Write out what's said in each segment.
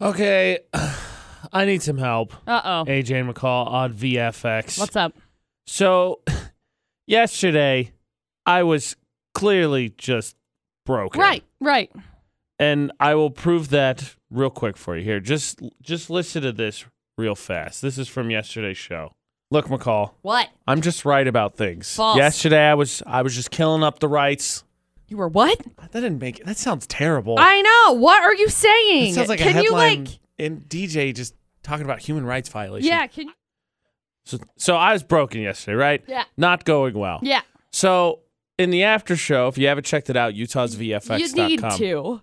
Okay, I need some help. Uh oh. AJ McCall on VFX. What's up? so, yesterday, I was clearly just broken. Right, right. And I will prove that real quick for you here. Just just listen to this real fast. This is from yesterday's show. Look, McCall, What? I'm just right about things. False. Yesterday I was I was just killing up the rights. You were what? That didn't make it. That sounds terrible. I know. What are you That saying? Oh. sounds like a can you headline like? in DJ just talking about human rights violations. Yeah. Can you? So, so I was broken yesterday, right? Yeah. Not going well. Yeah. So in the after show, if you haven't checked it out, Utah's VFX.com. You need to.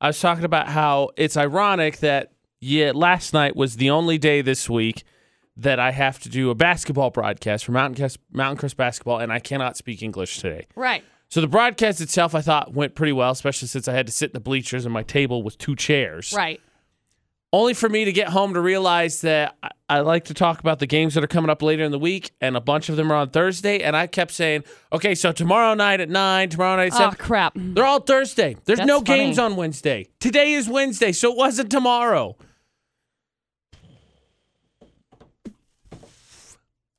I was talking about how it's ironic that yeah, last night was the only day this week that I have to do a basketball broadcast for Mountain Crest, Mountain Crest basketball, and I cannot speak English today. Right. So the broadcast itself, I thought, went pretty well, especially since I had to sit in the bleachers and my table was two chairs. Right. Only for me to get home to realize that I, I like to talk about the games that are coming up later in the week, and a bunch of them are on Thursday. And I kept saying, okay, so tomorrow night at nine, tomorrow night at Oh seven. crap. They're all Thursday. There's That's no funny. games on Wednesday. Today is Wednesday, so it wasn't tomorrow.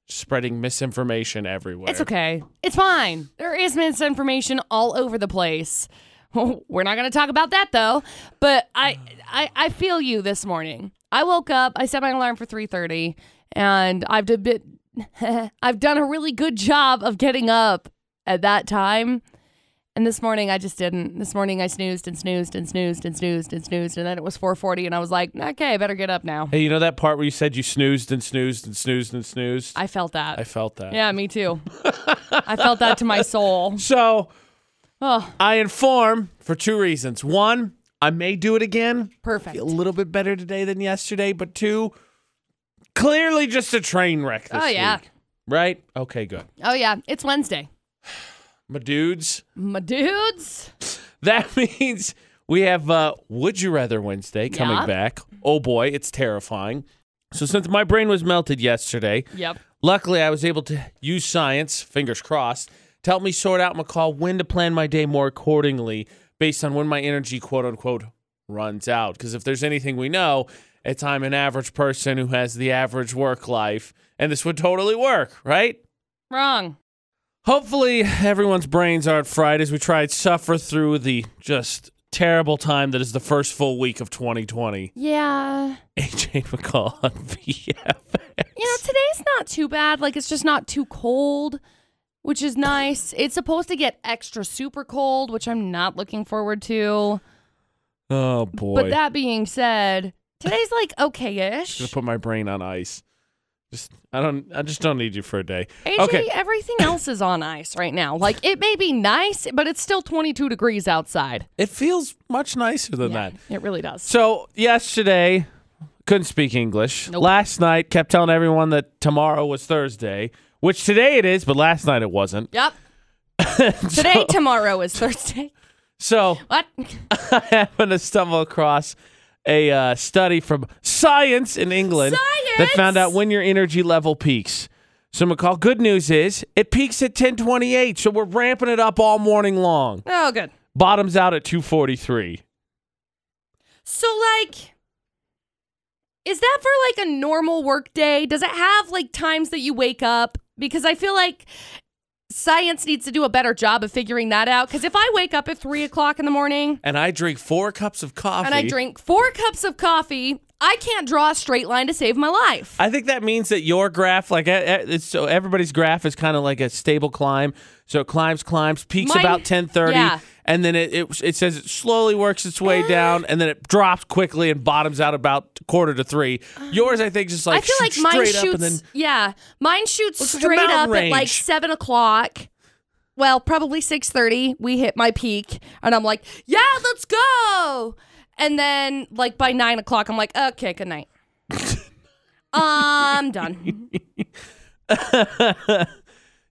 Spreading misinformation everywhere. It's okay. It's fine. There is misinformation all over the place. We're not going to talk about that though. But I, I, I feel you this morning. I woke up. I set my alarm for three thirty, and I've did bit. I've done a really good job of getting up at that time. And this morning I just didn't. This morning I snoozed and snoozed and snoozed and snoozed and snoozed, and then it was four forty, and I was like, okay, I better get up now. Hey, you know that part where you said you snoozed and snoozed and snoozed and snoozed? I felt that. I felt that. yeah, me too. I felt that to my soul. So Oh, I inform for two reasons. One, I may do it again. perfect. A little bit better today than yesterday, but two, clearly just a train wreck this Oh, yeah. week. Right? Okay, good. Oh yeah, it's Wednesday. My dudes. My dudes. That means we have uh, Would You Rather Wednesday coming Yeah. back. Oh boy, it's terrifying. So, since my brain was melted yesterday, Yep. luckily I was able to use science, fingers crossed, to help me sort out my call when to plan my day more accordingly based on when my energy, quote unquote, runs out. Because if there's anything we know, it's I'm an average person who has the average work life, and this would totally work, right? Wrong. Hopefully, everyone's brains aren't fried as we try and suffer through the just terrible time that is the first full week of 2020. Yeah. AJ McCall on VFX. You know, today's not too bad. Like it's just not too cold, which is nice. It's supposed to get extra super cold, which I'm not looking forward to. Oh boy! But that being said, today's like Just okay-ish. put my brain on ice. Just I don't. I just don't need you for a day. AJ, okay. everything else is on ice right now. Like it may be nice, but it's still 22 degrees outside. It feels much nicer than Yeah, that. it really does. So yesterday, couldn't speak English. Nope. Last night, kept telling everyone that tomorrow was Thursday, which today it is, but last night it wasn't. Yep. Today, tomorrow is Thursday. So What? I happened to stumble across a uh, study from Science in England that found out Science! when your energy level peaks. So McCall, good news is it peaks at 10:28, so we're ramping it up all morning long. Oh, good. Bottoms out at 2:43. So like is that for like a normal work day? Does it have like times that you wake up? Because I feel like science needs to do a better job of figuring that out. Because if I wake up at three o'clock in the morning And I drink four cups of coffee. and I drink four cups of coffee, I can't draw a straight line to save my life. I think that means that your graph, like, eh, eh, it's, so everybody's graph is kind of like a stable climb. So it climbs, climbs, peaks Mine- about ten thirty, yeah. Uh. and then it, it it says it slowly works its way down, and then it drops quickly and bottoms out about quarter to three. Yours, I think, just I like feel like shoots mine straight up, shoots. and then yeah, mine shoots Looks like a straight mountain up at like range. seven o'clock. Well, probably six thirty. We hit my peak, and I'm like, "Yeah, let's go." And then, like by nine o'clock, I'm like, "Okay, good night. I'm done."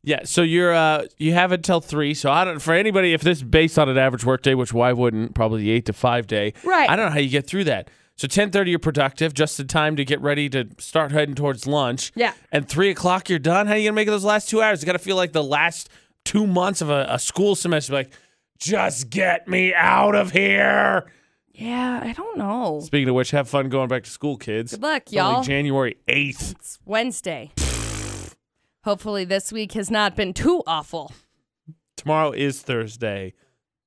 yeah. So you're uh you have until three. So I don't for anybody if this is based on an average workday, which why wouldn't probably the eight to five day. Right. I don't know how you get through that. So ten thirty you're productive, just in time to get ready to start heading towards lunch. Yeah. And three o'clock you're done. How you gonna make it those last two hours? You gotta feel like the last two months of a, a school semester. Like, just get me out of here. Yeah, I don't know. Speaking of which, have fun going back to school, kids. Good luck, It's only y'all. January 8th. It's Wednesday. Hopefully, this week has not been too awful. Tomorrow is Thursday,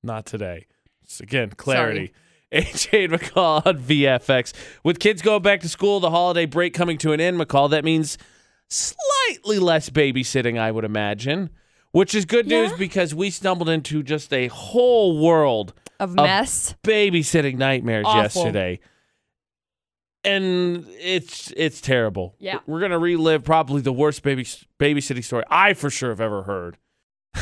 not today. It's again, clarity. AJ and McCall on VFX. With kids going back to school, the holiday break coming to an end, McCall, that means slightly less babysitting, I would imagine, which is good news Yeah. because we stumbled into just a whole world Of mess. babysitting nightmares Awful. yesterday. And it's it's terrible. Yeah. We're going to relive probably the worst baby babysitting story I for sure have ever heard.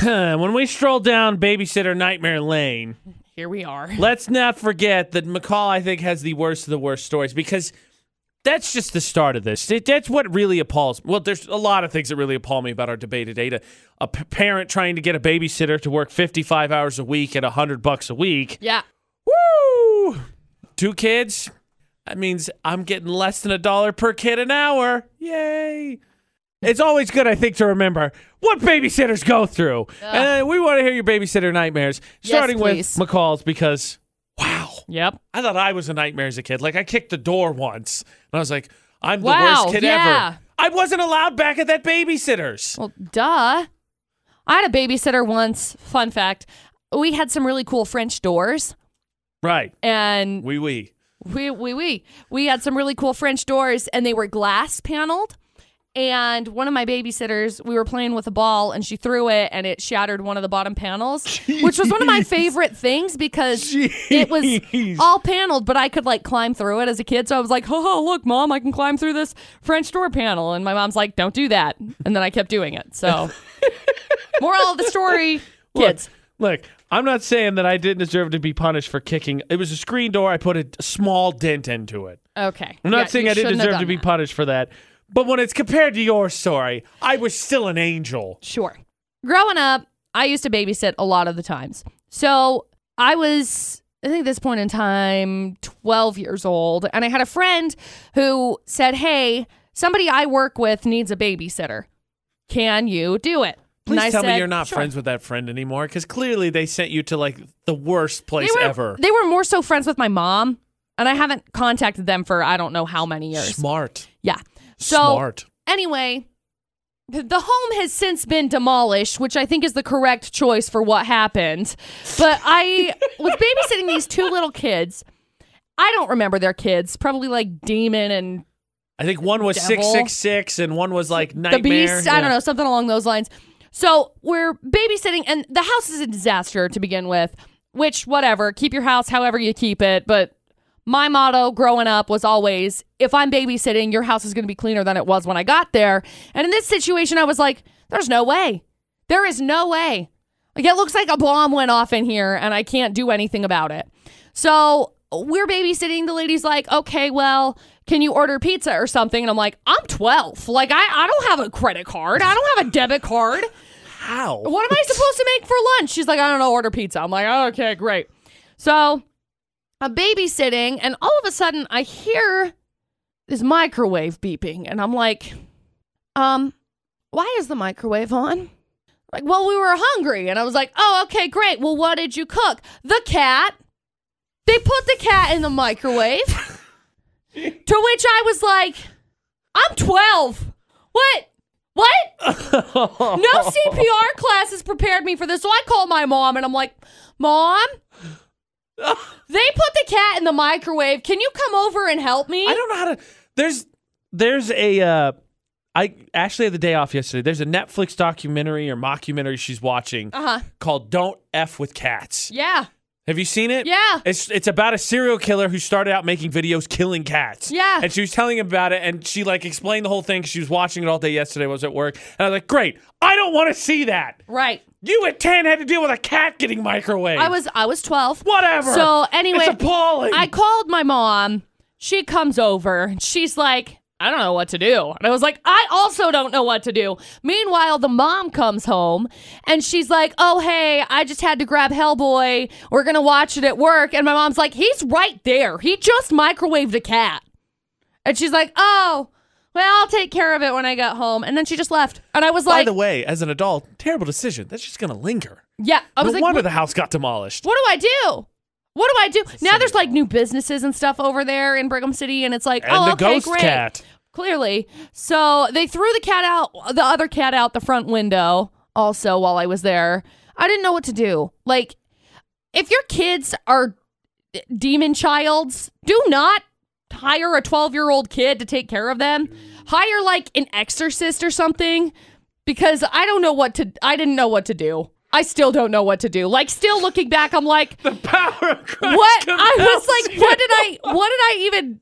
when we stroll down babysitter nightmare lane, Here we are. let's not forget that McCall I think has the worst of the worst stories because that's just the start of this. That- That's what really appalls. Well, there's a lot of things that really appall me about our debate today. To a p- parent trying to get a babysitter to work 55 hours a week at 100 bucks a week. Yeah. Woo! Two kids. That means I'm getting less than a dollar per kid an hour. Yay! It's always good, I think, to remember what babysitters go through. And we want to hear your babysitter nightmares, Yes, starting please. with McCall's because, wow, Yep. I thought I was a nightmare as a kid. Like, I kicked the door once, and I was like, I'm the Wow, worst kid yeah. ever. I wasn't allowed back at that babysitter's. Well, duh. I had a babysitter once. Fun fact. We had some really cool French doors Right. and Wee wee. we we we we had some really cool French doors and they were glass paneled. And one of my babysitters, we were playing with a ball and she threw it and it shattered one of the bottom panels, which was one of my favorite things because it was Jeez. all paneled, but I could like climb through it as a kid. So I was like, oh, look, mom, I can climb through this French door panel. And my mom's like, don't do that. And then I kept doing it. So, moral of the story kids. Look, look, I'm not saying that I didn't deserve to be punished for kicking. It was a screen door. I put a small dent into it. okay. I'm not saying I didn't deserve to be punished for that. But when it's compared to your story, I was still an angel. Sure. Growing up, I used to babysit a lot of the times. So I was, I think, at this point in time, 12 years old. And I had a friend who said, Hey, somebody I work with needs a babysitter. Can you do it? And Please I tell me said, you're not "Sure." friends with that friend anymore, because clearly they sent you to like the worst place they were, ever. They were more so friends with my mom. And I haven't contacted them for I don't know how many years. Smart, Yeah. So smart. anyway, th- the home has since been demolished, which I think is the correct choice for what happened. But I was babysitting these two little kids. I don't remember their kids, probably like Demon and I think one was Devil. six six six, and one was like the nightmare. Beast. I Yeah. don't know, something along those lines. So we're babysitting, and the house is a disaster to begin with, which, whatever, keep your house however you keep it. But my motto growing up was always if I'm babysitting, your house is going to be cleaner than it was when I got there. And in this situation, I was like, there's no way. There is no way. Like, it looks like a bomb went off in here, and I can't do anything about it. So we're babysitting. The lady's like, okay, well, can you order pizza or something? And I'm like, I'm 12. Like, I, I don't have a credit card, I don't have a debit card. How? What am I supposed to make for lunch? She's like, I don't know, order pizza. I'm like, "Oh, okay, great. So I'm babysitting, and all of a sudden I hear this microwave beeping, and I'm like, um, why is the microwave on? Like, well, we were hungry. And I was like, oh, okay, great. Well, what did you cook? The cat. They put the cat in the microwave. to which I was like, I'm 12. What? What? No CPR classes prepared me for this. So I call my mom and I'm like, Mom, they put the cat in the microwave. Can you come over and help me? I don't know how to. There's there's a uh, I actually had the day off yesterday. There's a Netflix documentary or mockumentary she's watching Uh huh. called "Don't F with Cats." Yeah. Have you seen it? Yeah. It's it's about a serial killer who started out making videos killing cats. Yeah. And she was telling him about it, and she like explained the whole thing. 'cause She was watching it all day yesterday. while I was at work, and I was like, "Great, I don't want to see that." Right. You at ten had to deal with a cat getting microwaved. I was I was 12. whatever. So anyway, it's appalling. I called my mom. She comes over and she's like, I don't know what to do. And I was like, I also don't know what to do. Meanwhile, the mom comes home and she's like, Oh, hey, I just had to grab Hellboy. We're going to watch it at work. And my mom's like, He's right there. He just microwaved a cat. And she's like, Oh, well, I'll take care of it when I get home. And then she just left. And I was By like, the way, as an adult, terrible decision. That's just gonna linger. Yeah. I was no like, wonder what, the Oh, house got demolished. what do I do? What do I do? Now there's like new businesses and stuff over there in Brigham City, and it's like, And oh, the okay, ghost great. cat. Clearly. So they threw the cat out, the other cat out the front window also while I was there. I didn't know what to do. Like, if your kids are d- demon childs, do not hire a 12 year old kid to take care of them. Hire like an exorcist or something because I don't know what to, I didn't know what to do. I still don't know what to do. Like, still looking back, I'm like, Power of Christ what? I was compels like, you. what did I, what did I even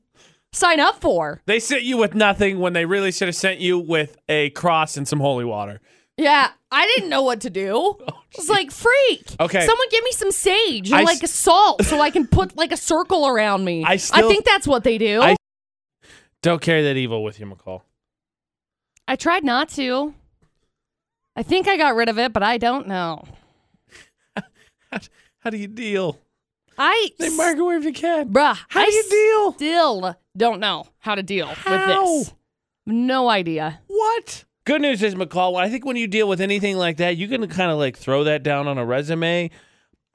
sign up for? They sent you with nothing when they really should have sent you with a cross and some holy water. Yeah, I didn't know what to do. I was like, freak. Oh, Okay. Someone give me some sage I and s- like a salt so I can put like a circle around me. I still- think that's what they do. I- I, Don't carry that evil with you, McCall. tried not to. I think I got rid of it, but I don't know. How, how do you deal? I, They microwaved the cat. bruh, How I do you deal? still don't know how to deal How? with this. No idea. What? Good news is, McCall, I think when you deal with anything like that, you can kind of like throw that down on a resume.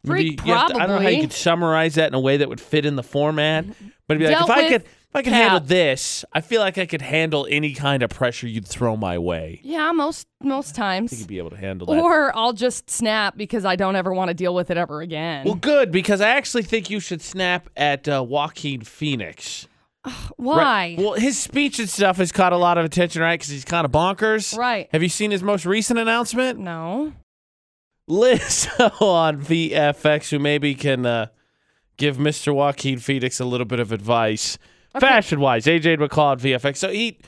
Maybe Freak, you have to- I don't know how you probably. could summarize that in a way that would fit in the format. But it'd be like, Dealt if I with could if I could cat. handle this, I feel like I could handle any kind of pressure you'd throw my way. Yeah, most most I think times. you'd be able to handle that. Or I'll just snap because I don't ever want to deal with it ever again. well, good, because I actually think you should snap at uh, Joaquin Phoenix. Why? Right. Well, his speech and stuff has caught a lot of attention, right? Because he's kind of bonkers. Right. Have you seen his most recent announcement? No. Lizzo on VFX, who maybe can uh, give Mr. Joaquin Phoenix a little bit of advice, fashion wise. AJ McCall on VFX. So he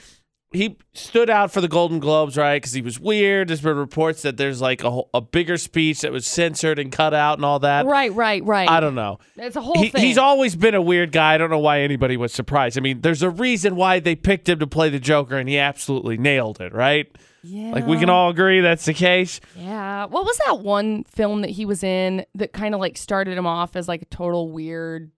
he stood out for the Golden Globes, right? Because he was weird. There's been reports that there's like a, whole- a bigger speech that was censored and cut out and all that. Right, right, right. I don't know. It's a whole He, thing. he's always been a weird guy. I don't know why anybody was surprised. I mean, there's a reason why they picked him to play the Joker, and he absolutely nailed it, right? yeah. Like, we can all agree that's the case. Yeah. What was that one film that he was in that kind of like started him off as like a total weird?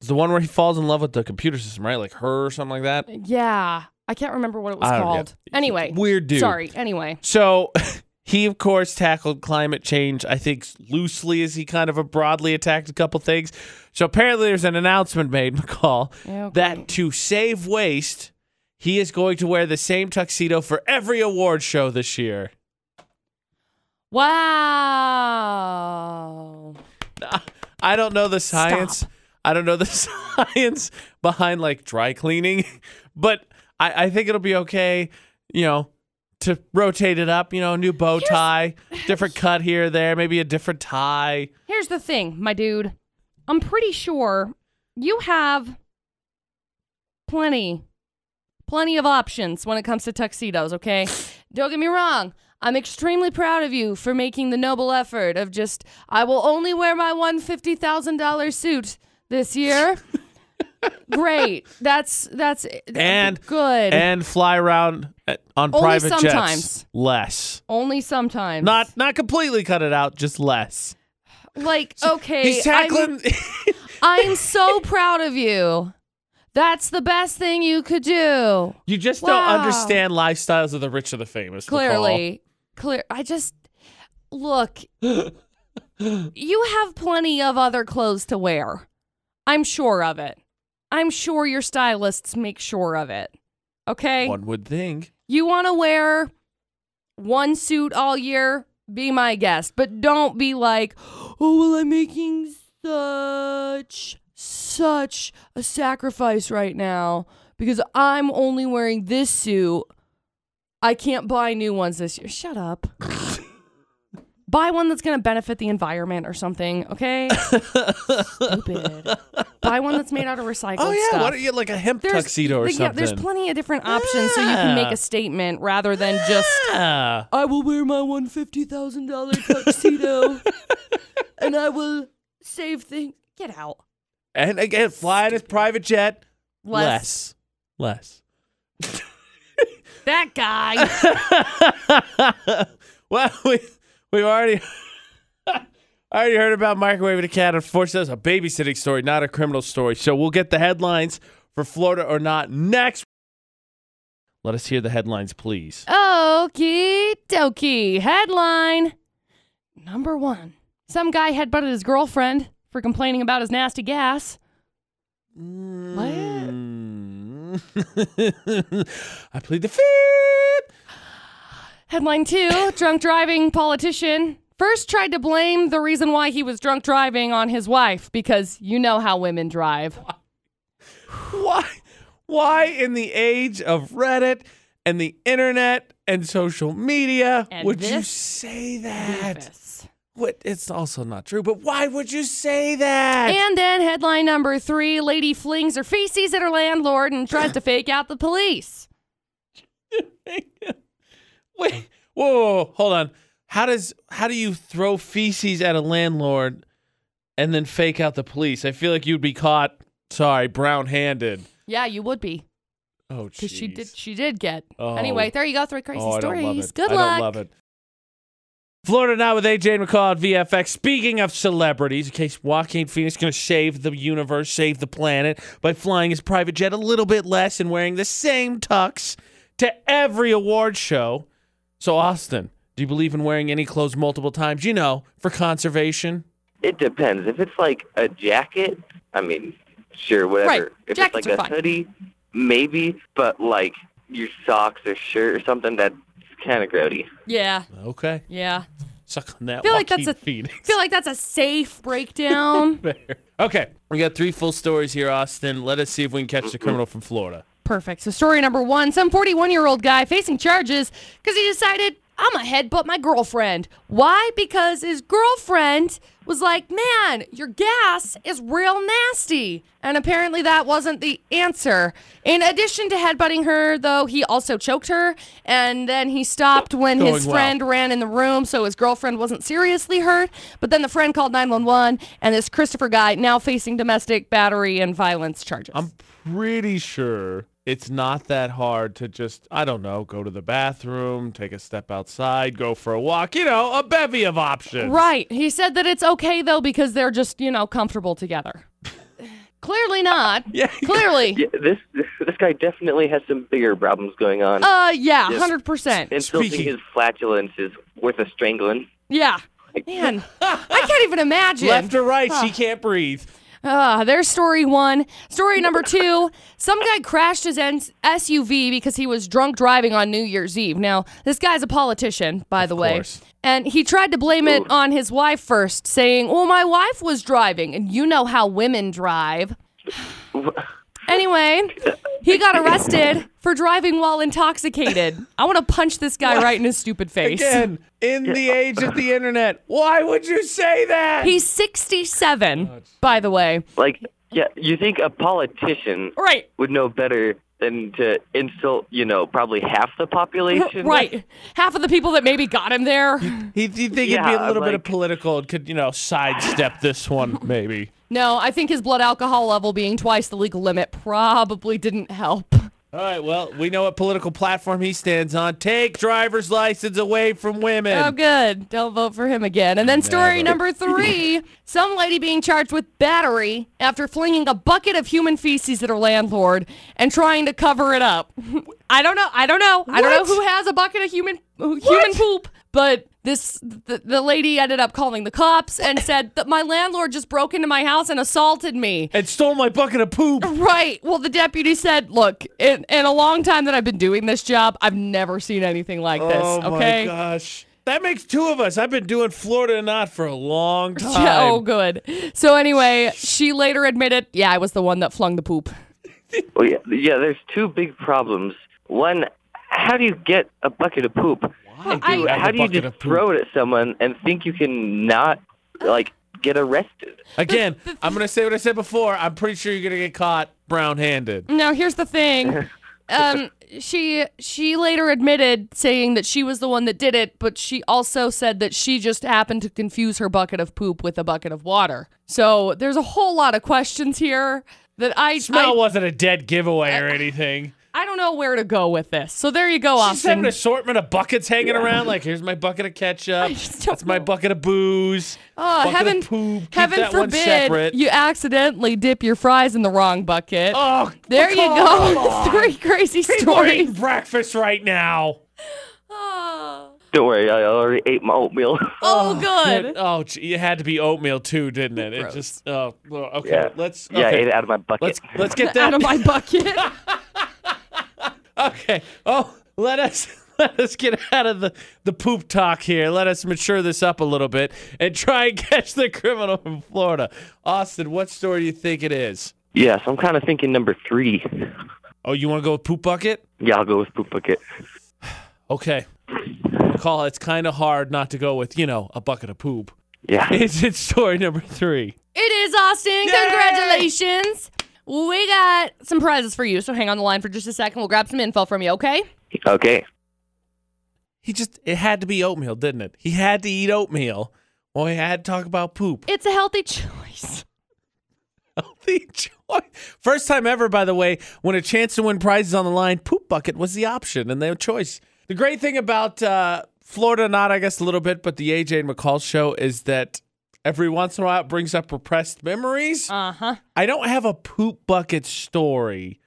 It's the one where he falls in love with the computer system, right? Like her or something like that. Yeah. I can't remember what it was I don't know. called. Anyway. Weird dude. Sorry. Anyway. So he, of course, tackled climate change, I think, loosely as he kind of broadly attacked a couple things. So apparently there's an announcement made, McCall, Okay. that to save waste, he is going to wear the same tuxedo for every award show this year. Wow. I don't know the science. I don't know the science behind like dry cleaning, but I, I think it'll be okay, you know, to rotate it up, you know, new bow tie, different cut here, there, maybe a different tie. Here's the thing, my dude. I'm pretty sure you have plenty, plenty of options when it comes to tuxedos, okay? Don't get me wrong. I'm extremely proud of you for making the noble effort of just, I will only wear my one $50,000 suit this year. Great. That's, that's uh, And- good. And fly around at- on Only private jets. sometimes. Less. Only sometimes. Not not completely cut it out, just less. like, okay. He's I'm- tackling I'm so proud of you. That's the best thing you could do. You just Wow. don't understand lifestyles of the rich or the famous. McCall. Clearly. Clear I just look. you have plenty of other clothes to wear. I'm sure of it. I'm sure your stylists make sure of it. Okay? One would think. You want to wear one suit all year? Be my guest, but don't be like, oh, well, I'm making such, such a sacrifice right now because I'm only wearing this suit. I can't buy new ones this year. Shut up. buy one that's going to benefit the environment or something, okay? Stupid. Buy one that's made out of recycled Oh yeah, stuff why don't you get like a hemp tuxedo or like, yeah, something? there's plenty of different options so you can Yeah. make a statement rather than just Yeah. I will wear my one fifty thousand dollar tuxedo and I will save things. Get out. And again, fly in his private jet. Less. Less. Less. That guy. well, we, we've already already heard about microwaving a cat. Unfortunately, that's a babysitting story, not a criminal story. So we'll get the headlines for Florida or not next. Let us hear the headlines, please. Uh. Okie dokie. Headline number one: Some guy headbutted his girlfriend for complaining about his nasty gas. Mm. I plead the fifth. Headline two drunk driving politician. First tried to blame the reason why he was drunk driving on his wife because you know how women drive. Why? Why in the age of Reddit and the internet and social media And would you this say that? Doofus. What? It's also not true. But why would you say that? And then headline number three lady flings her feces at her landlord and tries to fake out the police. Wait, whoa, whoa, whoa, hold on. How does how do you throw feces at a landlord and then fake out the police? I feel like you'd be caught. Sorry, brown-handed. Yeah, you would be Oh, because she jeez. did. She did get. Oh. Anyway, there you go. Three crazy oh, I stories. don't love it. Good I luck. don't love it. Florida now with AJ McCall at VFX. Speaking of celebrities, in case Joaquin Phoenix going to save the universe, save the planet by flying his private jet a little bit less and wearing the same tux to every award show. So Austin, do you believe in wearing any clothes multiple times? You know, for conservation. It depends. If it's like a jacket, I mean, sure, whatever. Right. If Jackets it's are like a fine. hoodie, maybe, but like your socks or shirt or something, that's kind of grody. Yeah, Okay, yeah. suck on that. Feel like that's Joaquin a- Phoenix. feel like that's a safe breakdown. okay, we got three full stories here, Austin. Let us see if we can catch the criminal from Florida. Perfect. So story number one: some 41-year-old guy facing charges because he decided I'm a headbutt my girlfriend. Why? Because his girlfriend was like, "Man, your gas is real nasty," and apparently that wasn't the answer. In addition to headbutting her, though, he also choked her, and then he stopped when Going his well. friend ran in the room, so his girlfriend wasn't seriously hurt. But then the friend called 911, and this Christopher guy now facing domestic battery and violence charges. I'm pretty sure it's not that hard to just, I don't know, go to the bathroom, take a step outside, go for a walk, you know, a bevy of options. Right. He said that it's okay though because they're just, you know, comfortable together. Clearly not. Yeah. Clearly. Yeah, this this guy definitely has some bigger problems going on. Uh yeah, Yes. 100%. Insulting speaking- his flatulence is worth a strangling. Yeah. Man, I can't even imagine. Left or right, she can't breathe. Ah, there's story one. Story number two some guy crashed his en- SUV because he was drunk driving on New Year's Eve. Now, this guy's a politician, by the way. course. And he tried to blame it on his wife first, saying, Well, my wife was driving. And you know how women drive. Anyway, he got arrested for driving while intoxicated. I want to punch this guy right in his stupid face. Again, in the age of the internet, why would you say that? He's 67, by the way. Like, yeah, you think a politician All right. would know better than to insult, you know, probably half the population? Right. Half of the people that maybe got him there. He'd, he'd think it'd be a Yeah, little bit of like- political and could, you know, sidestep this one, maybe. No, I think his blood alcohol level being twice the legal limit probably didn't help. All right, well, we know what political platform he stands on. Take driver's license away from women. Oh, good. Don't vote for him again. And then story number three some lady being charged with battery after flinging a bucket of human feces at her landlord and trying to cover it up. I don't know. I don't know. I don't know What? who has a bucket of human who- human poop, but this the, the lady ended up calling the cops and said that my landlord just broke into my house and assaulted me. And stole my bucket of poop. Right. Well, the deputy said, "Look, in, in a long time that I've been doing this job, I've never seen anything like this." Oh okay. my gosh. That makes two of us. I've been doing Florida or not for a long time. Yeah, oh, good. So anyway, she later admitted, "Yeah, I was the one that flung the poop." Well, yeah, yeah, there's two big problems. One, how do you get a bucket of poop? I- Dude, have how a do you bucket just of poop. throw it at someone and think you can not, like, get arrested? Again, I'm going to say what I said before. I'm pretty sure you're going to get caught brown-handed. Now, here's the thing. Um, she she later admitted saying that she was the one that did it, but she also said that she just happened to confuse her bucket of poop with a bucket of water. So there's a whole lot of questions here that I Smell I, wasn't a dead giveaway or anything. I don't know where to go with this. So there you go, Just have Austin. an assortment of buckets hanging around. Like, here's my bucket of ketchup. just don't That's my know. bucket of booze. Oh, bucket heaven, of poop. Keep heaven that one forbid separate. you accidentally dip your fries in the wrong bucket. oh, there you come go. on. Three crazy People are eating stories. breakfast right now. Oh. Don't worry, I already ate my oatmeal. Oh, good. Oh, gee, it had to be oatmeal too, didn't it? It just. Oh, well, okay. Yeah. Let's. Yeah, I okay. ate it out of my bucket. Let's let's get Out that. of my bucket. Okay. Oh, let us let us get out of the the poop talk here. Let us mature this up a little bit and try and catch the criminal from Florida. Austin, what store do you think it is? Yes, I'm kind of thinking number three. Oh, you want to go with poop bucket? Yeah, I'll go with poop bucket. Okay. Call. It's kind of hard not to go with you know a bucket of poop. Yeah. It's it's story number three. It is Austin. Congratulations. We got some prizes for you, so hang on the line for just a second. We'll grab some info from you, okay? Okay. He just it had to be oatmeal, didn't it? He had to eat oatmeal. Or he had to talk about poop. It's a healthy choice. Healthy choice. First time ever, by the way, when a chance to win prizes on the line, poop bucket was the option and their choice. The great thing about uh, Florida, not I guess a little bit, but the AJ and McCall show is that every once in a while it brings up repressed memories. Uh huh. I don't have a poop bucket story,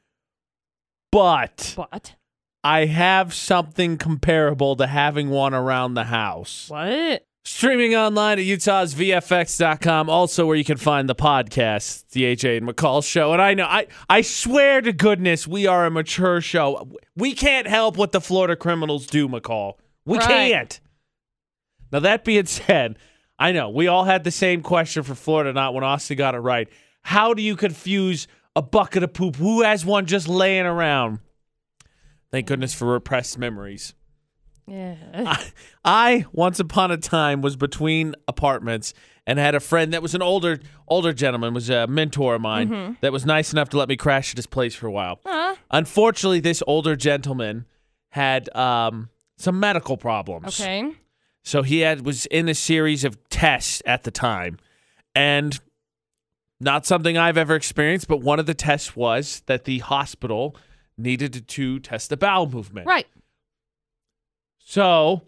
but What? I have something comparable to having one around the house. What? Streaming online at Utah's VFX.com, also where you can find the podcast, the AJ and McCall show. And I know, I, I swear to goodness, we are a mature show. We can't help what the Florida criminals do, McCall. We Right. can't. Now, that being said, I know we all had the same question for Florida, not when Austin got it right. How do you confuse a bucket of poop? Who has one just laying around? Thank goodness for repressed memories. Yeah. I once upon a time was between apartments and had a friend that was an older older gentleman was a mentor of mine Mm-hmm. that was nice enough to let me crash at his place for a while. Huh? Unfortunately, this older gentleman had um, some medical problems. Okay. So he had was in a series of tests at the time, and not something I've ever experienced. But one of the tests was that the hospital needed to, to test the bowel movement. Right. So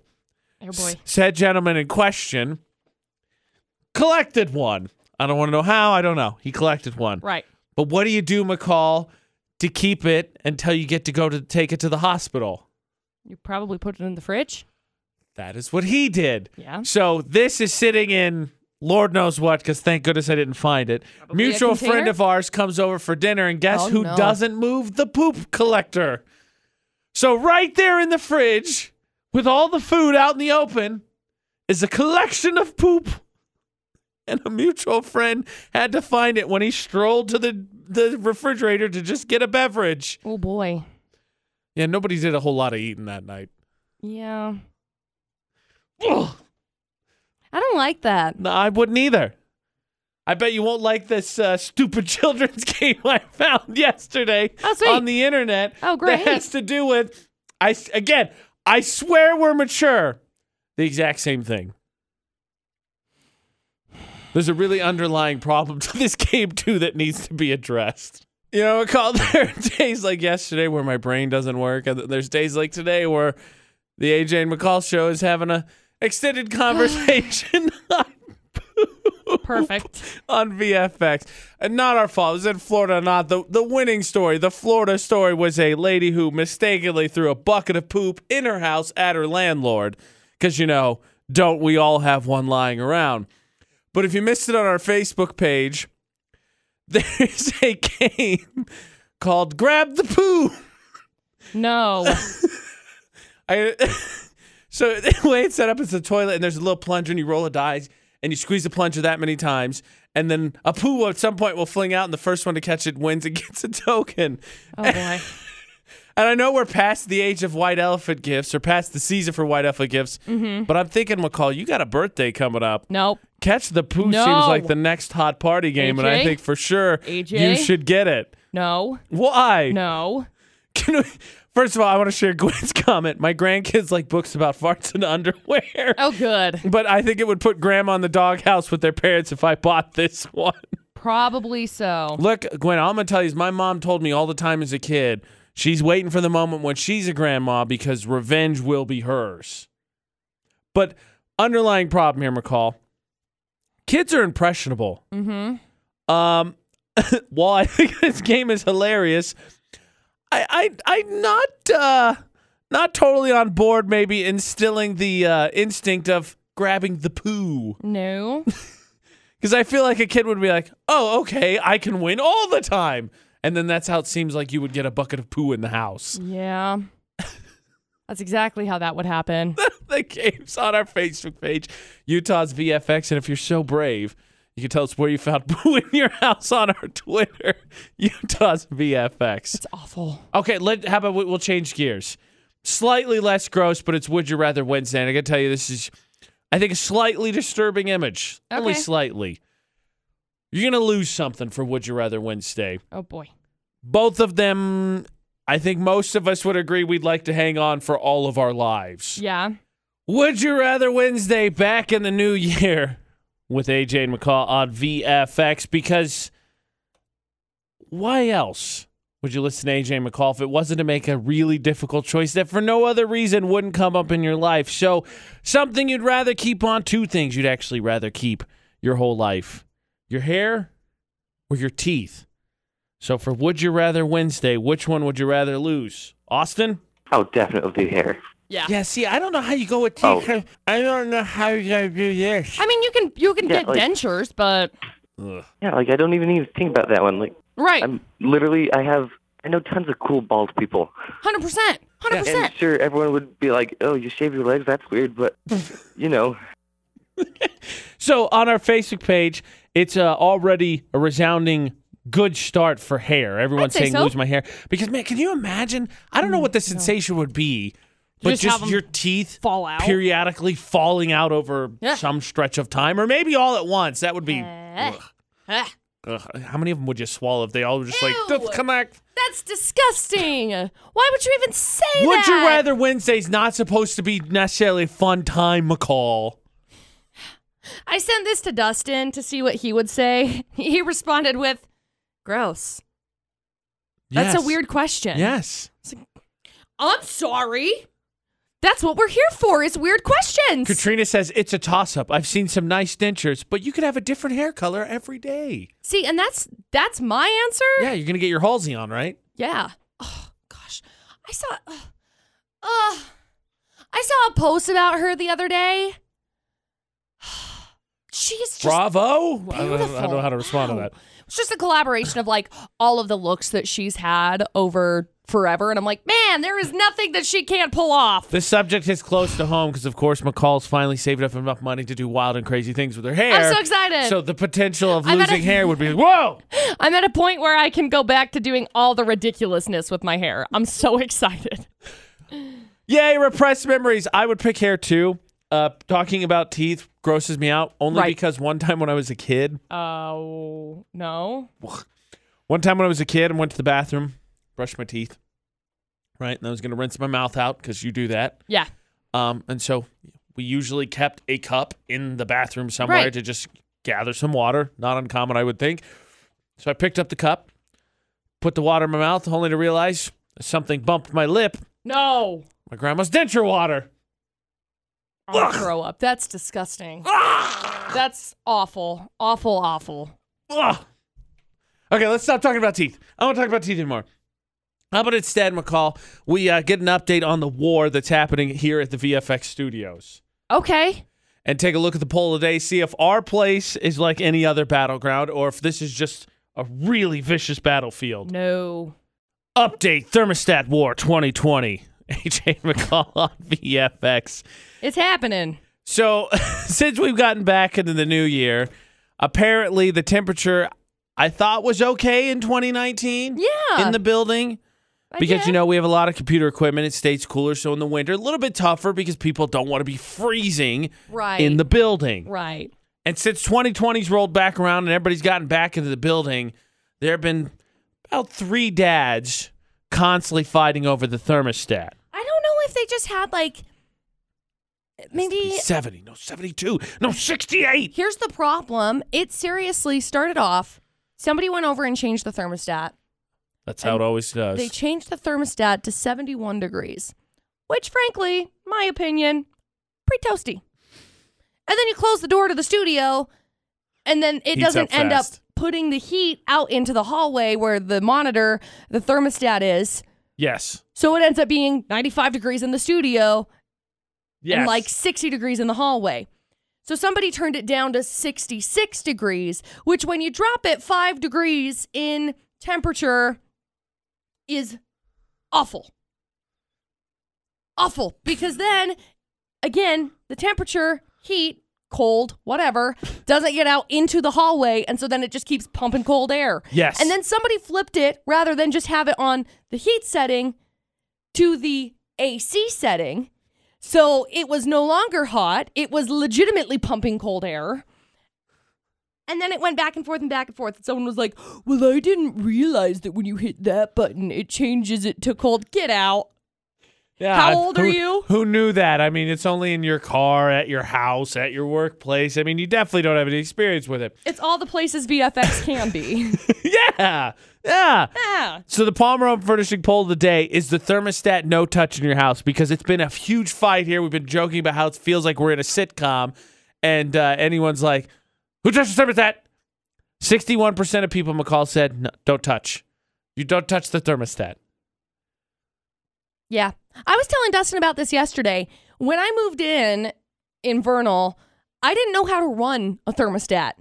Your Oh, boy. S- Said gentleman in question collected one. I don't want to know how. I don't know. He collected one. Right. But what do you do, McCall, to keep it until you get to go to take it to the hospital? You probably put it in the fridge. That is what he did. Yeah. So this is sitting in Lord knows what because thank goodness I didn't find it. a Mutual container? friend of ours comes over for dinner, and guess Oh, who no. doesn't move the poop collector? So right there in the fridge, with all the food out in the open, is a collection of poop. And a mutual friend had to find it when he strolled to the, the refrigerator to just get a beverage. Oh boy. Yeah, nobody did a whole lot of eating that night. Yeah. Ugh. I don't like that. No, I wouldn't either. I bet you won't like this uh, stupid children's game I found yesterday Oh, sweet. on the internet. Oh, great. That has to do with, I s- again, I swear we're mature. The exact same thing. There's a really underlying problem to this game too that needs to be addressed. You know, I call there are days like yesterday where my brain doesn't work, and there's days like today where the AJ and McCall show is having a extended conversation on Perfect. on VFX. And not our fault. It was in Florida, not the, the winning story. The Florida story was a lady who mistakenly threw a bucket of poop in her house at her landlord. Because, you know, don't we all have one lying around? But if you missed it on our Facebook page, there's a game called Grab the Poo. No. I so the way it's set up is a toilet and there's a little plunger and you roll a dice and you squeeze the plunger that many times and then a poo at some point will fling out and the first one to catch it wins and gets a token. Oh boy. And I know we're past the age of white elephant gifts or past the season for white elephant gifts, Mm-hmm. but I'm thinking, McCall, you got a birthday coming up. Nope. Catch the poo No. seems like the next hot party game, and I AJ? think for sure AJ? you should get it. No. Why? No. Can we, first of all, I want to share Gwen's comment. My grandkids like books about farts and underwear. Oh good. But I think it would put grandma in the doghouse with their parents if I bought this one. Probably so. Look, Gwen, all I'm going to tell you is my mom told me all the time as a kid, she's waiting for the moment when she's a grandma because revenge will be hers. But underlying problem here, McCall, kids are impressionable. Mm-hmm. Um, while I think this game is hilarious, I, I I'm not uh, not totally on board, maybe instilling the uh, instinct of grabbing the poo. No. Because I feel like a kid would be like, oh, okay, I can win all the time. And then that's how it seems like you would get a bucket of poo in the house. Yeah. That's exactly how that would happen. the game's on our Facebook page, Utah's VFX. And if you're so brave, you can tell us where you found poo in your house on our Twitter, Utah's VFX. It's awful. Okay, let how about we, we'll change gears. Slightly less gross, but it's Would You Rather Wednesday, and I gotta tell you, this is, I think, a slightly disturbing image. Only Okay. slightly. You're gonna lose something for Would You Rather Wednesday. Oh boy. Both of them, I think, most of us would agree we'd like to hang on for all of our lives. Yeah. Would You Rather Wednesday back in the new year with AJ and McCall on VFX because why else would you listen to AJ and McCall if it wasn't to make a really difficult choice that for no other reason wouldn't come up in your life? So, something you'd rather keep on, two things you'd actually rather keep your whole life your hair or your teeth. So, for Would You Rather Wednesday, which one would you rather lose? Austin? Oh, definitely hair. Yeah. Yeah, see, I don't know how you go with teeth. Oh. I don't know how you're gonna do this. I mean, you can you can Yeah, get like- dentures, but Yeah, like I don't even even think about that one. Like right, I'm literally, I have, I know tons of cool bald people, hundred percent, hundred and percent. sure, everyone would be like, "Oh, you shave your legs? That's weird," but you know, So on our Facebook page, it's uh, already a resounding good start for hair. Everyone's I'd say saying so. lose my hair because man, can you imagine? I don't know what the sensation would be, but just just, have 'em your teeth fall out? periodically falling out over Yeah. some stretch of time, or maybe all at once. That would be. Eh. ugh, ugh. How many of them would you swallow if they all were just like Ew. disconnect? That's disgusting. Why would you even say that? Would you rather Wednesday's not supposed to be necessarily a fun time, McCall? I sent this to Dustin to see what he would say. He responded with, "Gross." That's Yes. a weird question. Yes. I'm sorry. That's what we're here for. Is weird questions. Katrina says it's a toss up. I've seen some nice dentures, but you could have a different hair color every day. See, and that's that's my answer. Yeah, you're going to get your Halsey on, right? Yeah. Oh gosh, I saw. Uh, uh, I saw a post about her the other day. She's just Bravo. I don't, beautiful. I don't know how to respond Wow. to that. It's just a collaboration of like all of the looks that she's had over forever, and I'm like, man, there is nothing that she can't pull off. This subject is close to home because, of course, McCall's finally saved up enough money to do wild and crazy things with her hair. so excited. So the potential of I'm at losing a- hair would be whoa. I'm at a point where I can go back to doing all the ridiculousness with my hair. I'm so excited. Yay, repressed memories. I would pick hair too. Uh, talking about teeth grosses me out only Right. because one time when I was a kid, Oh no. One time when I was a kid and went to the bathroom, brushed my teeth, right? And I was going to rinse my mouth out because you do that. Yeah. Um, and so we usually kept a cup in the bathroom somewhere Right. to just gather some water. Not uncommon, I would think. So I picked up the cup, put the water in my mouth, only to realize something bumped my lip. No. My grandma's denture water. I'll throw up. That's disgusting. Ah! That's awful. Awful, awful. Ugh. Okay, let's stop talking about teeth. I don't want to talk about teeth anymore. How about instead, McCall, we uh, get an update on the war that's happening here at the VFX studios Okay. and take a look at the poll today, see if our place is like any other battleground or if this is just a really vicious battlefield. No. Update Thermostat War 2020. AJ McCall on VFX. It's happening. So, since we've gotten back into the new year, apparently the temperature I thought was okay in 2019 Yeah. in the building I because did. you know we have a lot of computer equipment. It stays cooler, so in the winter a little bit tougher because people don't want to be freezing Right. in the building. Right. And since 2020's rolled back around and everybody's gotten back into the building, there have been about three dads constantly fighting over the thermostat. I don't know if they just had like maybe 70, no 72, no 68. Here's the problem. It seriously started off. Somebody went over and changed the thermostat. That's how it always does. They changed the thermostat to 71 degrees, which, frankly, my opinion, pretty toasty. And then you close the door to the studio, and then it Heats doesn't up end up fast. putting the heat out into the hallway where the monitor, the thermostat is. Yes. So it ends up being 95 degrees in the studio Yes. and like 60 degrees in the hallway. So somebody turned it down to 66 degrees, which when you drop it 5 degrees in temperature is awful. Awful because then again, the temperature, heat, cold, whatever, doesn't get out into the hallway and so then it just keeps pumping cold air. Yes. And then somebody flipped it rather than just have it on the heat setting to the AC setting. So it was no longer hot. It was legitimately pumping cold air. And then it went back and forth and back and forth. And someone was like, Well, I didn't realize that when you hit that button, it changes it to cold. Get out. Yeah, How I- old are who- you? Who knew that? I mean, it's only in your car, at your house, at your workplace. I mean, you definitely don't have any experience with it. It's all the places VFX can be. yeah. Yeah. yeah. So the Palmer Home Furnishing poll of the day is the thermostat no touch in your house because it's been a huge fight here. We've been joking about how it feels like we're in a sitcom, and uh, anyone's like, "Who touched the thermostat?" Sixty-one percent of people McCall said, no, "Don't touch. You don't touch the thermostat." Yeah. I was telling Dustin about this yesterday. When I moved in in Vernal, I didn't know how to run a thermostat.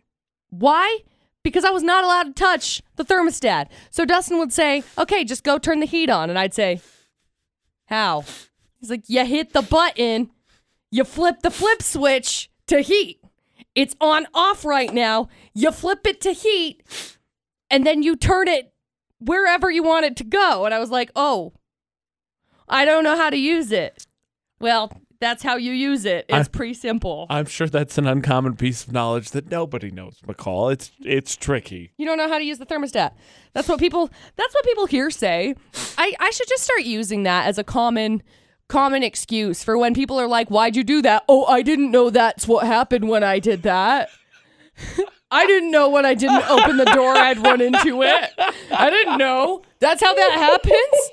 Why? Because I was not allowed to touch the thermostat. So Dustin would say, okay, just go turn the heat on. And I'd say, how? He's like, you hit the button, you flip the flip switch to heat. It's on off right now. You flip it to heat, and then you turn it wherever you want it to go. And I was like, oh, I don't know how to use it. Well, that's how you use it. It's I- pretty simple. I'm sure that's an uncommon piece of knowledge that nobody knows, McCall. It's it's tricky. You don't know how to use the thermostat. That's what people that's what people here say. I, I should just start using that as a common common excuse for when people are like, Why'd you do that? Oh, I didn't know that's what happened when I did that. I didn't know when I didn't open the door I'd run into it. I didn't know. That's how that happens.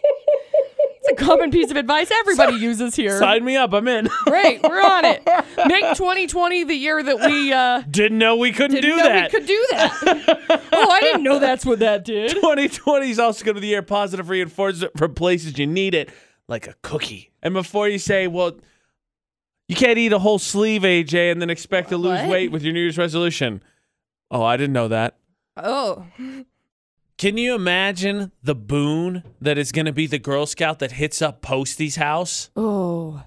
It's a common piece of advice everybody uses here. Sign me up. I'm in. Great, we're on it. Make 2020 the year that we uh, Didn't know we couldn't didn't do know that. we could do that. oh, I didn't know that's what that did. 2020 is also going to be the year of positive reinforcement for places you need it, like a cookie. And before you say, well, you can't eat a whole sleeve, AJ, and then expect to lose What? weight with your New Year's resolution. Oh, I didn't know that. Oh, Can you imagine the boon that is going to be the Girl Scout that hits up Postie's house oh,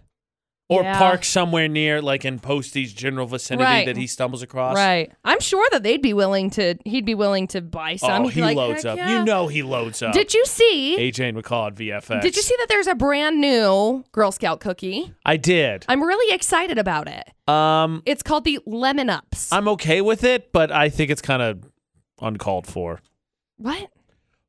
or Yeah. parks somewhere near, like in Postie's general vicinity Right. that he stumbles across? right. I'm sure that they'd be willing to. He'd be willing to buy some. Oh, He'd be he like, loads "Heck up. yeah." You know he loads up. Did you see? AJ and McCall at VFX. Did you see that there's a brand new Girl Scout cookie? I did. I'm really excited about it. Um, It's called the Lemon Ups. I'm okay with it, but I think it's kind of uncalled for. what?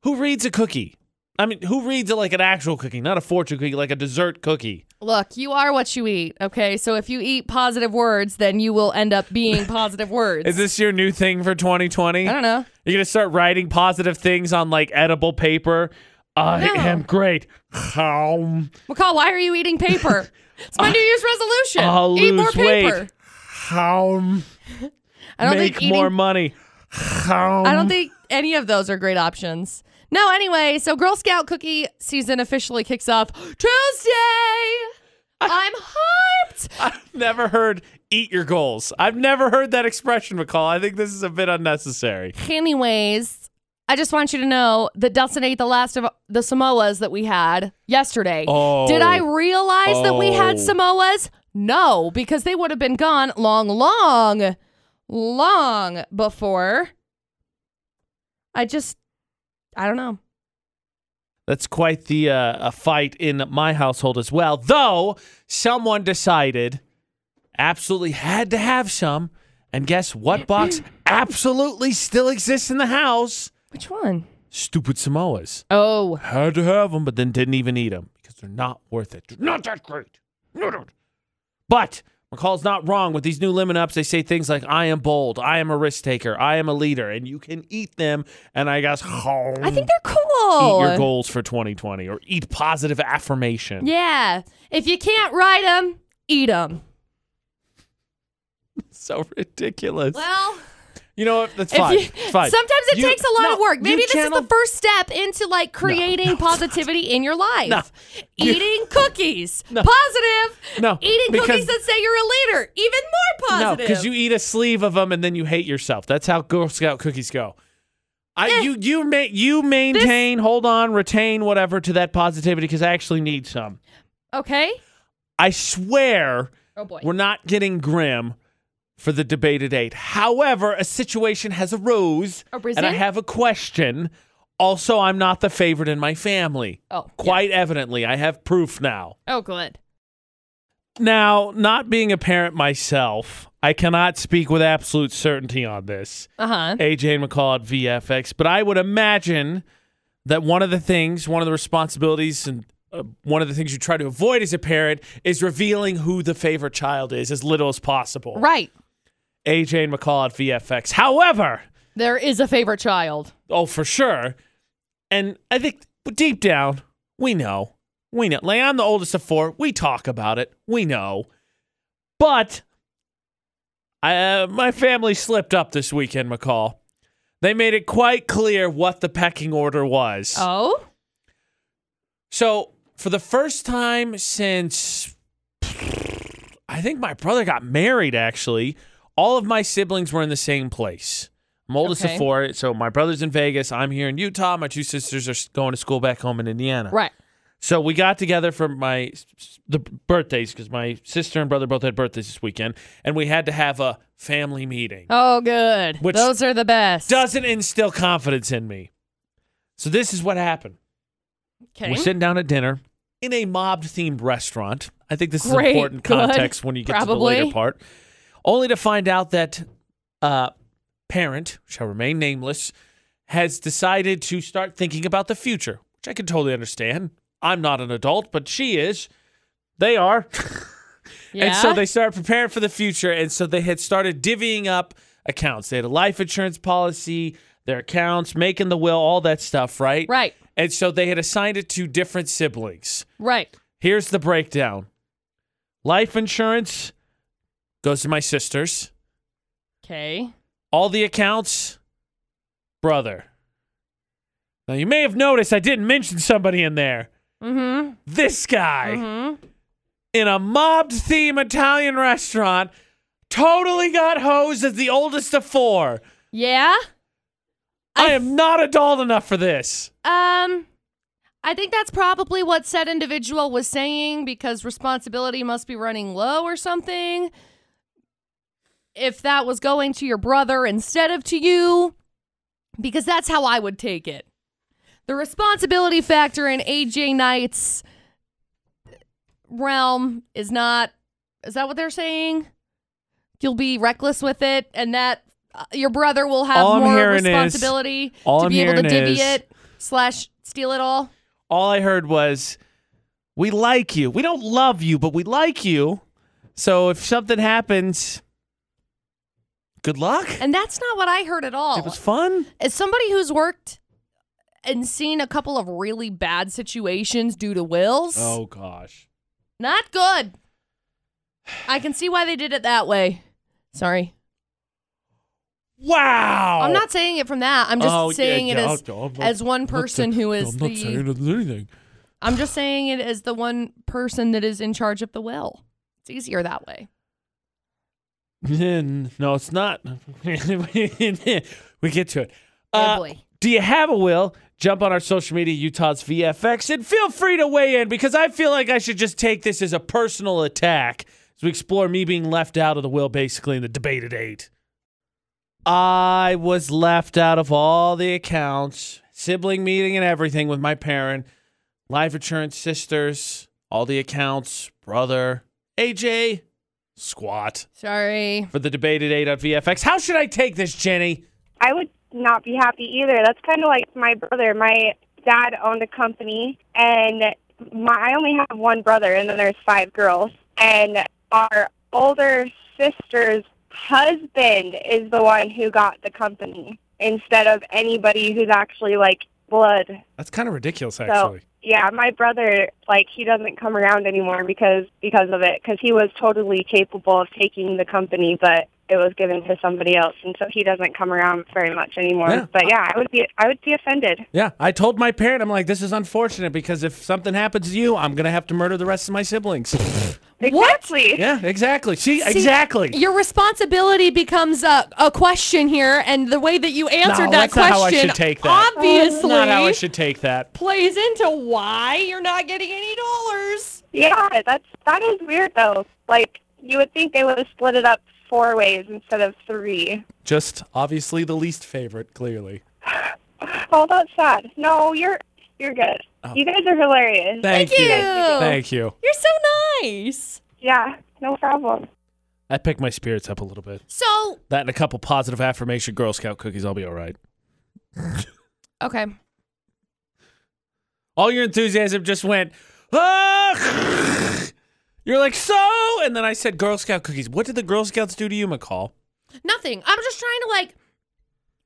Who reads a cookie? I mean, who reads it like an actual cookie, not a fortune cookie, like a dessert cookie? Look, you are what you eat. Okay, so if you eat positive words, then you will end up being positive words. Is this your new thing for 2020? I You're don't know. going to start writing positive things on like edible paper. I No. am great. Um, McCall, why are you eating paper? It's my New Year's resolution. I'll Eat more lose weight. paper. um, I don't make think eating more money. Um, I don't think any of those are great options. No, anyway, so Girl Scout cookie season officially kicks off Tuesday. I'm hyped. I've never heard eat your goals. I've never heard that expression, McCall. I think this is a bit unnecessary. Anyways, I just want you to know that Dustin ate the last of the Samoas that we had yesterday. Oh. Did I realize that we had Oh. Samoas? No, because they would have been gone long, long, long before. I just, I don't know. That's quite the uh, a fight in my household as well. Though someone decided absolutely had to have some, and guess what box absolutely still exists in the house? Which one? Stupid Samoas Oh, had to have them, but then didn't even eat them because they're not worth it. They're not that great. No, no. But McCall's not wrong with these new lemon ups. They say things like "I am bold," "I am a risk taker," "I am a leader," and you can eat them. And I guess I think they're cool. eat your goals for 2020 or eat positive affirmation. Yeah. If you can't write them, eat them. So ridiculous. Well, You know what? That's If fine. you- It's fine. Sometimes it You- takes a lot no, of work. you Maybe this is channel- the first step into like creating positivity in your life. No. You- Eating cookies, No. positive. No, eating because- cookies that say you're a leader, even more No, positive. because you eat a sleeve of them and then you hate yourself. That's how Girl Scout cookies go. I you you ma- you maintain, hold on, retain whatever to that positivity because I actually need some. okay. I swear Oh boy. we're not getting grim for the debated eight. However, a situation has arose Arisen? and I have a question. Also, I'm not the favorite in my family. oh, Quite evidently, I have proof now. oh, good. Now, not being a parent myself, I cannot speak with absolute certainty on this. Uh huh. AJ and McCall at VFX, but I would imagine that one of the things, one of the responsibilities, and uh, one of the things you try to avoid as a parent is revealing who the favorite child is as little as possible. Right. AJ and McCall at VFX. However, There is a favorite child. oh, for sure. And I think deep down, we know. We know. Like, I'm the oldest of four. We talk about it. We know. But I, uh, my family slipped up this weekend, McCall. They made it quite clear what the pecking order was. Oh. So, for the first time since I think my brother got married, actually, all of my siblings were in the same place. I'm oldest Okay. of four, so my brother's in Vegas. I'm here in Utah. My two sisters are s- going to school back home in Indiana. Right. So we got together for my s- s- the birthdays because my sister and brother both had birthdays this weekend, and we had to have a family meeting. Oh, good. Which Those are the best. Doesn't instill confidence in me. So this is what happened. okay. We're sitting down at dinner in a mob themed restaurant. I think this Great, is important good, context when you get to the probably. later part. Only to find out that uh, parent, shall remain nameless, has decided to start thinking about the future, which I can totally understand. I'm not an adult, but she is. They are. yeah. And so they started preparing for the future. And so they had started divvying up accounts. They had a life insurance policy, their accounts, making the will, all that stuff, right? Right. And so they had assigned it to different siblings. Right. Here's the breakdown life insurance goes to my sisters, Okay. all the accounts, brother. Now, you may have noticed I didn't mention somebody in there. Mm This hmm. guy Mm in a mob theme Italian restaurant totally got hosed as the oldest of four. hmm. Yeah. I am not adult enough for this. Um, I think that's probably what said individual was saying because responsibility must be running low or something. If that was going to your brother instead of to you, because that's how I would take it. The responsibility factor in AJ Knight's realm is not. Is that what they're saying? You'll be reckless with it, and that uh, your brother will have All I'm more hearing is- responsibility all to I'm be able to hearing is- divvy it slash steal it all. all I heard was, "We like you. We don't love you, but we like you. So if something happens, good luck. And that's not what I heard at all. It was fun. As somebody who's worked and seen a couple of really bad situations due to wills, Oh. gosh, not good. I can see why they did it that way. Sorry. wow. I'm not saying it from that. I'm just Oh, yeah, saying it yeah, as I'm not- as one I'm not person saying- who is I'm the- not saying it's anything. I'm just saying it as the one person that is in charge of the will. It's easier that way. no, it's not. we get to it. Yeah, boy. Do you have a will? Jump on our social media, Utah's VFX, and feel free to weigh in because I feel like I should just take this as a personal attack as we explore me being left out of the will basically in the debated eight. I was left out of all the accounts, sibling meeting and everything with my parent, life insurance, sisters, all the accounts, brother, AJ, squat. Sorry. For the debated eight on VFX. How should I take this, Jenny? I would not be happy either. That's kind of like my brother. My dad owned a company, and my, I only have one brother, and then there's five girls. And our older sister's husband is the one who got the company instead of anybody who's actually like blood. That's kind of ridiculous, So yeah, my brother like he doesn't come around anymore because because of it because he was totally capable of taking the company, but it was given to somebody else, and so he doesn't come around very much anymore. Yeah. But yeah, I would be I would be offended. Yeah, I told my parent, I'm like, this is unfortunate because if something happens to you, I'm gonna have to murder the rest of my siblings. Exactly. yeah, exactly. See, See, exactly. Your responsibility becomes a, a question here, and the way that you answered No, that that's not question how I should take that. obviously Not how I should take that. plays into why you're not getting any dollars. Yeah, that's that is weird though. Like you would think they would have split it up four ways instead of three. Just obviously the least favorite, clearly. Oh, that's sad. No, you're you're good. You guys are hilarious. Oh. Thank, Thank you. Thank you. You're so nice. Yeah, no problem. That picked my spirits up a little bit. So That and a couple positive affirmation Girl Scout cookies, I'll be all right. okay, All your enthusiasm just went, ah! You're like, so? And then I said Girl Scout cookies. What did the Girl Scouts do to you, McCall? nothing. I'm just trying to like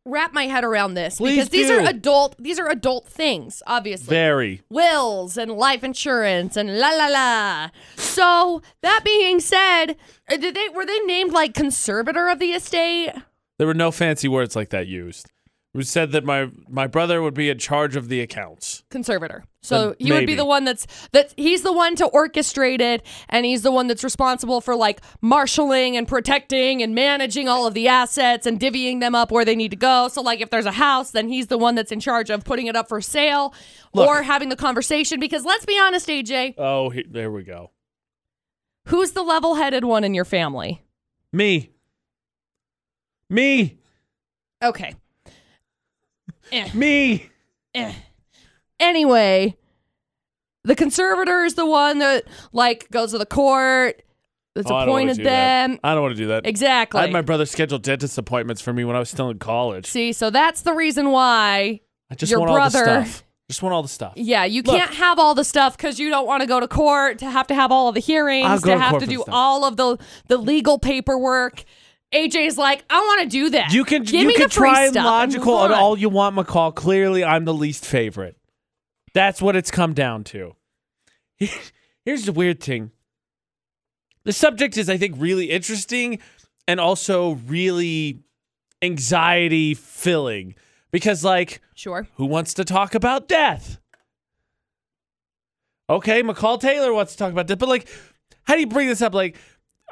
wrap my head around this Please because these do. are adult. These are adult things, obviously. Very. wills and life insurance and la la la. So that being said, uh, did they were they named like conservator of the estate? There were no fancy words like that used. It was said that my, my brother would be in charge of the accounts. Conservator. So Then he would be maybe. the one that's that he's the one to orchestrate it, and he's the one that's responsible for like marshaling and protecting and managing all of the assets and divvying them up where they need to go. So like if there's a house, then he's the one that's in charge of putting it up for sale Look. or having the conversation. Because let's be honest, AJ, Oh, he, there we go. who's the level-headed one in your family? Me. Me. Okay. Me. Eh. Anyway, the conservator is the one that like goes to the court. That's Oh, I don't wanna appointed do that. them. I don't want to do that. Exactly. I had my brother schedule dentist appointments for me when I was still in college. See, so that's the reason why. I just your want all brother- the stuff. Just want all the stuff. Yeah, you Look. can't have all the stuff because you don't want to go to court to have to have all of the I'll hearings go to to have court to for the do stuff. all of the the legal paperwork. AJ's like, I want to do that. You can Give you me can the free try and stuff and move logical and on." all you want, McCall. Clearly, I'm the least favorite. That's what it's come down to. Here's the weird thing. The subject is, I think, really interesting and also really anxiety filling because, like, Sure. who wants to talk about death? Okay, McCall Taylor wants to talk about death, but like, how do you bring this up? Like,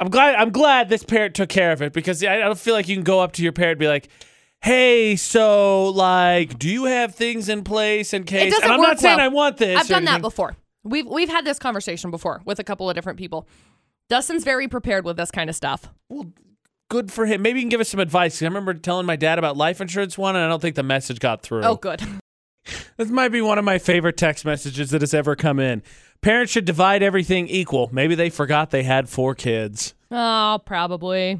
I'm glad I'm glad this parent took care of it because I don't feel like you can go up to your parent and be like, "Hey, so like, do you have things in place in case?" doesn't and I'm work not saying well. I want this. I've or done that anything. before. We've we've had this conversation before with a couple of different people. Dustin's very prepared with this kind of stuff. Well, good for him. Maybe you can give us some advice. 'cause I remember telling my dad about life insurance one, and I don't think the message got through. Oh, good. This might be one of my favorite text messages that has ever come in. Parents should divide everything equal. Maybe they forgot they had four kids. Oh, probably.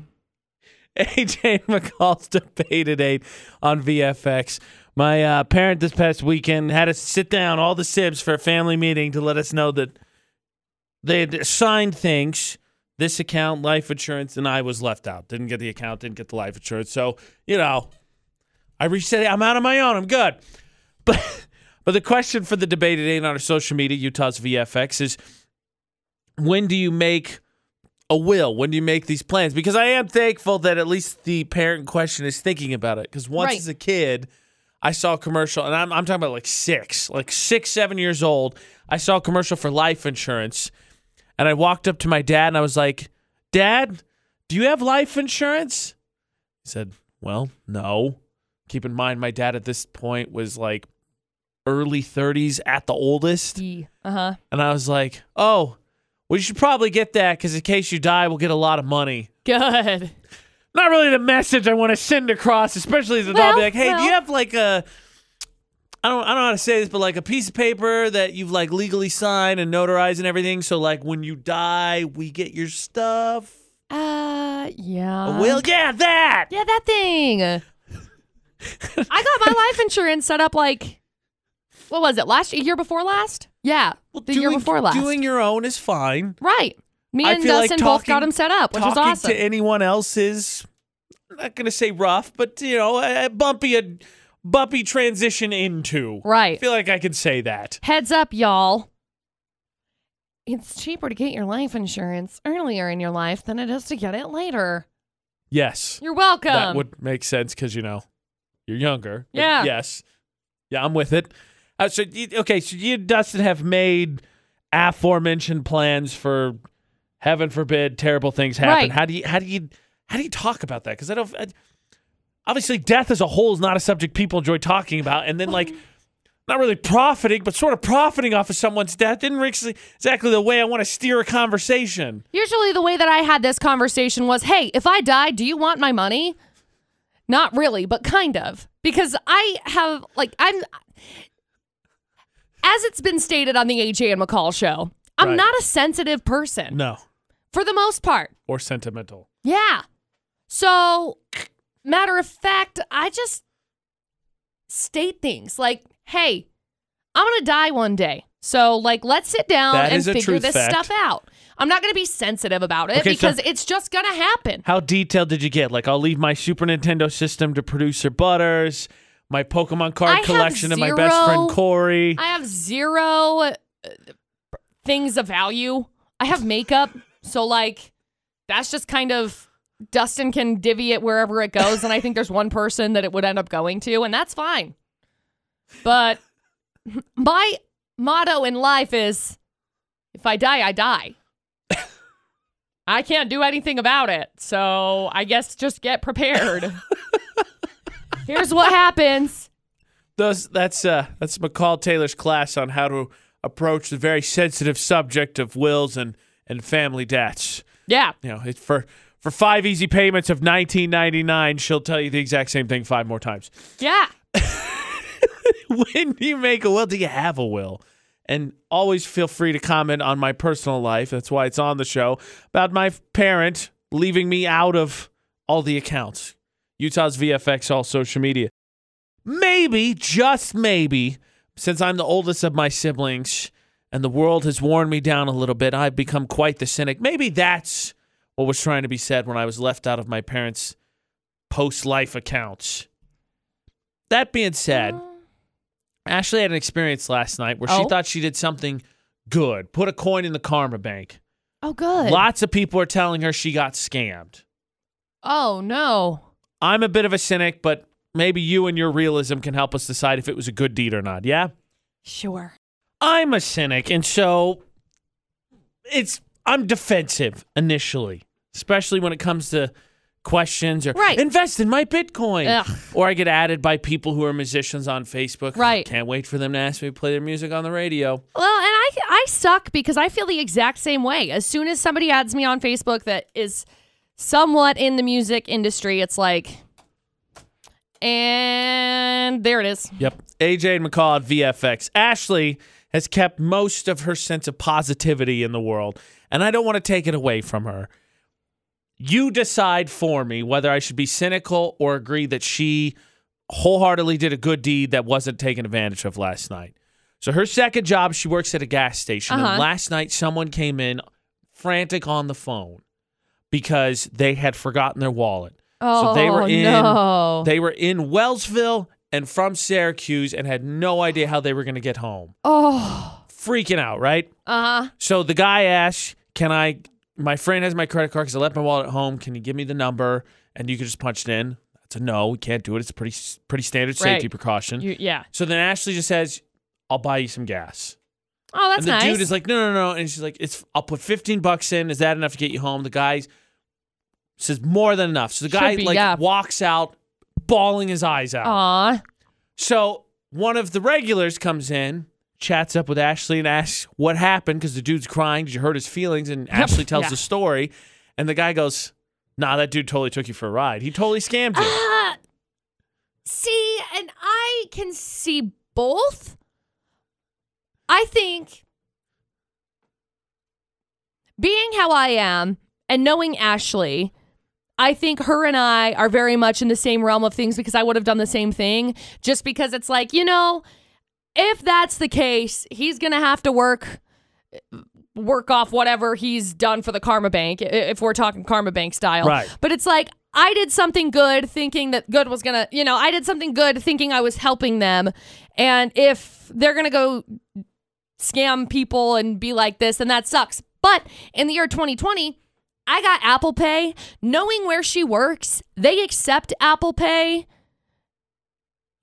AJ McCall's debate at eight on VFX. My uh, parent this past weekend had us sit down, all the sibs, for a family meeting to let us know that they had signed things. This account, life insurance, and I was left out. Didn't get the account, didn't get the life insurance. So, you know, I reset it. I'm out on my own. I'm good. But but the question for the debate today on our social media, Utah's VFX, is when do you make a will? When do you make these plans? Because I am thankful that at least the parent in question is thinking about it. Because once Right. as a kid, I saw a commercial, and I'm, I'm talking about like six, like six, seven years old. I saw a commercial for life insurance, and I walked up to my dad and I was like, Dad, do you have life insurance? He said, Well, no. Keep in mind, my dad at this point was like early 30s at the oldest. Uh huh. And I was like, Oh, well, you should probably get that because in case you die, we'll get a lot of money. Good. Not really the message I want to send across, especially as an adult. Well, Be like, Hey, do you well. have like a. I don't, I don't know how to say this, but like a piece of paper that you've like legally signed and notarized and everything. So like when you die, we get your stuff. Uh, yeah. A will, yeah, that. Yeah, that thing. I got my life insurance set up like, what was it? Last year before last? Yeah, Well, the year before last. Doing your own is fine. right. Me I and feel like Dustin both talking- got them set up, which was Talking awesome. to anyone else is I'm not going to say rough, but you know, a a bumpy a bumpy transition into. I right. feel like I can say that. Heads up, y'all. It's cheaper to get your life insurance earlier in your life than it is to get it later. Yes. You're welcome. That would make sense because, you know, you're younger. But Yeah. Yes. Yeah, I'm with it. Uh, so, you, okay, so you and Dustin have made aforementioned plans for, heaven forbid, terrible things happen. Right. How do you, how do you, how do you talk about that? Because I don't, I, obviously, death as a whole is not a subject people enjoy talking about. And then, like, not really profiting, but sort of profiting off of someone's death didn't exactly the way I want to steer a conversation. Usually, the way that I had this conversation was hey, if I die, do you want my money? Not really, but kind of. Because I have, like, I'm, as it's been stated on the AJ and McCall show, I'm Right. not a sensitive person No. for the most part. Or sentimental. Yeah. So, matter of fact, I just state things like, hey, I'm going to die one day. So, like, let's sit down That and is a figure truth this fact. stuff out. I'm not going to be sensitive about it Okay, so- because it's just going to happen. How detailed did you get? Like, I'll leave my Super Nintendo system to producer Butters, my Pokemon I card have collection to my best friend zero- Corey. I have zero uh, things of value. I have makeup. So, like, that's just kind of Dustin can divvy it wherever it goes. And I think there's one person that it would end up going to, and that's fine. But my motto in life is if I die, I die. I can't do anything about it. So I guess just get prepared. Here's what happens. Those, that's uh, that's McCall Taylor's class on how to approach the very sensitive subject of wills and, and family deaths. Yeah. You know, it, for for five easy payments of nineteen ninety nine, she'll tell you the exact same thing five more times. Yeah. when do you make a will? Do you have a will? And always feel free to comment on my personal life. That's why it's on the show about my parent leaving me out of all the accounts. Utah's VFX, all social media. Maybe, just maybe, since I'm the oldest of my siblings and the world has worn me down a little bit, I've become quite the cynic. Maybe that's what was trying to be said when I was left out of my parents' post life accounts. That being said, Ashley had an experience last night where Oh. she thought she did something good, put a coin in the karma bank. Oh, good. Lots of people are telling her she got scammed. Oh no. I'm a bit of a cynic, but maybe you and your realism can help us decide if it was a good deed or not. Yeah? Sure. I'm a cynic, and so it's I'm defensive initially, especially when it comes to questions or Right. invest in my Bitcoin. Ugh. Or I get added by people who are musicians on Facebook. Right. Can't wait for them to ask me to play their music on the radio. Well, and I I suck because I feel the exact same way. As soon as somebody adds me on Facebook that is somewhat in the music industry, it's like and there it is. Yep. AJ and McCall at VFX. Ashley has kept most of her sense of positivity in the world, and I don't want to take it away from her. You decide for me whether I should be cynical or agree that she wholeheartedly did a good deed that wasn't taken advantage of last night. So her second job, she works at a gas station. Uh-huh. And last night, someone came in frantic on the phone because they had forgotten their wallet. Oh so they were in no. they were in Wellsville and from Syracuse and had no idea how they were going to get home. oh. Freaking out, right? Uh-huh. So the guy asks, "Can I? My friend has my credit card because I left my wallet at home. Can you give me the number?" And you can just punch it in. That's a no. We can't do it. It's a pretty pretty standard Right. safety precaution. You, yeah. so then Ashley just says, "I'll buy you some gas." Oh, that's and the nice. dude is like, no, no, no. And she's like, it's I'll put 15 bucks in. Is that enough to get you home? The guy says more than enough. So the Should guy be, like yeah. walks out, bawling his eyes out. Aw. So one of the regulars comes in, chats up with Ashley, and asks what happened because the dude's crying. Did you hurt his feelings? And Ashley tells Yeah. the story, and the guy goes, "Nah, that dude totally took you for a ride. He totally scammed you." Uh, see, and I can see both. I think being how I am and knowing Ashley, I think her and I are very much in the same realm of things because I would have done the same thing just because it's like, you know, if that's the case, he's going to have to work work off whatever he's done for the karma bank i- if we're talking karma bank style Right. but it's like i did something good thinking that good was gonna you know i did something good thinking i was helping them and if they're gonna go scam people and be like this then that sucks but in the year 2020 I got Apple Pay. Knowing where she works, they accept Apple Pay.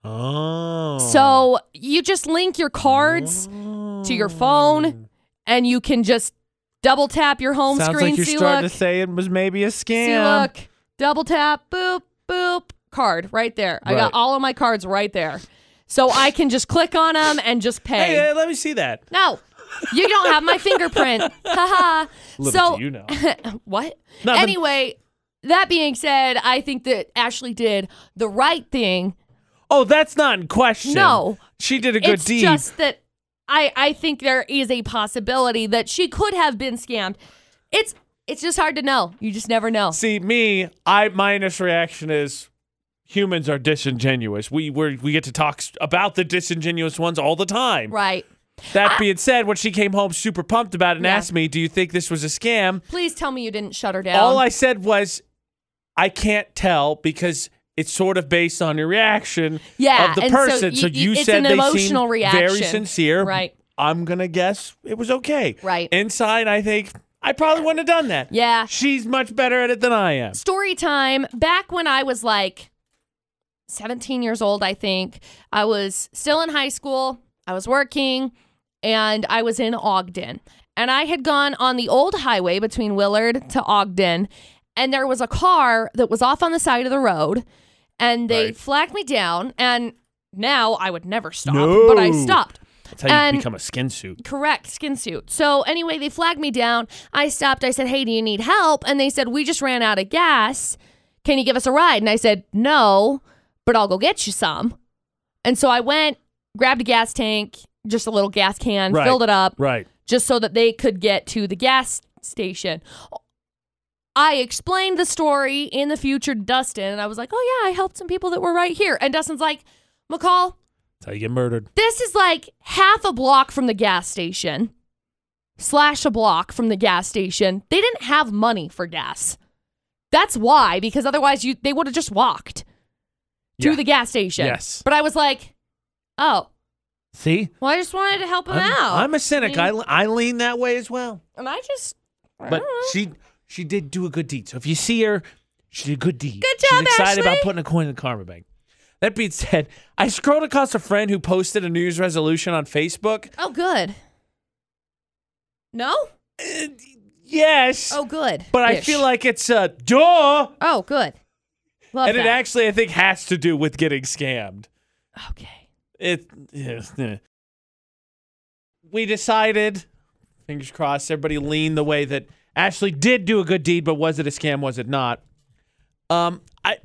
Oh. So you just link your cards to your phone and you can just double tap your home Sounds screen. like you're see, starting look, to say it was maybe a scam. see, look, double tap, boop, boop, card right there. I Right. got all of my cards right there. So I can just click on them and just pay. Hey, hey, let me see that. No, you don't have my fingerprint. Haha. Little so do you know. what? Nothing. Anyway, that being said, I think that Ashley did the right thing. Oh, that's not in question. No. She did a good it's deed. just that I I think there is a possibility that she could have been scammed. It's it's just hard to know. You just never know. See, me, I my initial reaction is humans are disingenuous. We we we get to talk s- about the disingenuous ones all the time. Right. That being said, when she came home super pumped about it and Yeah. asked me, "Do you think this was a scam?" Please tell me you didn't shut her down. All I said was, "I can't tell because it's sort of based on your reaction Yeah, of the and so person." you- So you- you, it's said an they emotional seemed very reaction. sincere. Right. I'm gonna guess it was okay. Right. Inside, I think I probably wouldn't have done that. Yeah. She's much better at it than I am. story time back when I was like 17 years old, I think. I was still in high school, I was working, and I was in Ogden. And I had gone on the old highway between Willard to Ogden, and there was a car that was off on the side of the road, and they Right. flagged me down. And now I would never stop, No. but I stopped. That's how you And- become a skin suit. Correct, skin suit. So anyway, they flagged me down. I stopped. I said, "Hey, do you need help?" And they said, "We just ran out of gas. Can you give us a ride?" And I said, "No, but I'll go get you some." And so I went, grabbed a gas tank, just a little gas can, Right. filled it up, Right. just so that they could get to the gas station. I explained the story in the future to Dustin, and I was like, "Oh yeah, I helped some people that were right here." And Dustin's like, "McCall, That's how you get murdered. this is like half a block from the gas station, slash a block from the gas station. They didn't have money for gas. That's why, because otherwise you they would have just walked to Yeah. the gas station. Yes. But I was like, oh, See? well, I just wanted to help him I'm, out. I'm a cynic. I, I lean that way as well. and I just But she she did do a good deed. So if you see her, she did a good deed. Good job, She's excited about Ashley. putting a coin in the karma bank. That being said, I scrolled across a friend who posted a New Year's resolution on Facebook. Oh good. No? Uh, yes, Oh good. but I feel like it's a duh, Oh good. Love and it that. actually I think has to do with getting scammed. okay. It. yeah. We decided, fingers crossed, everybody leaned the way that Ashley did do a good deed, but was it a scam? Was it not? Um, I,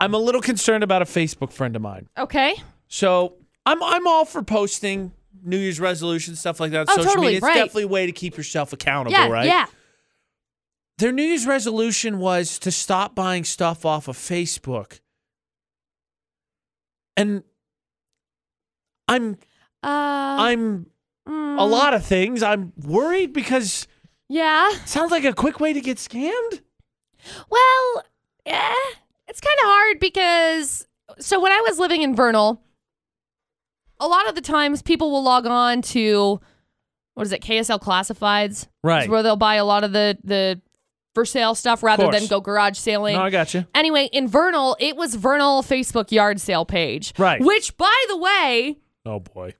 I'm a little concerned about a Facebook friend of mine. Okay. So I'm I'm all for posting New Year's resolutions, stuff like that. on Oh, social totally, media, it's right. definitely a way to keep yourself accountable, Yeah, right? yeah. Their New Year's resolution was to stop buying stuff off of Facebook, and I'm Uh, I'm a mm, lot of things. I'm worried because Yeah. it sounds like a quick way to get scammed. Well, eh, it's kind of hard because so when I was living in Vernal, a lot of the times people will log on to what is it, KSL Classifieds, Right. It's where they'll buy a lot of the the for sale stuff rather course. than go garage saling. No, I got you. anyway, in Vernal, it was Vernal Facebook yard sale page, Right. Which, by the way. Oh boy.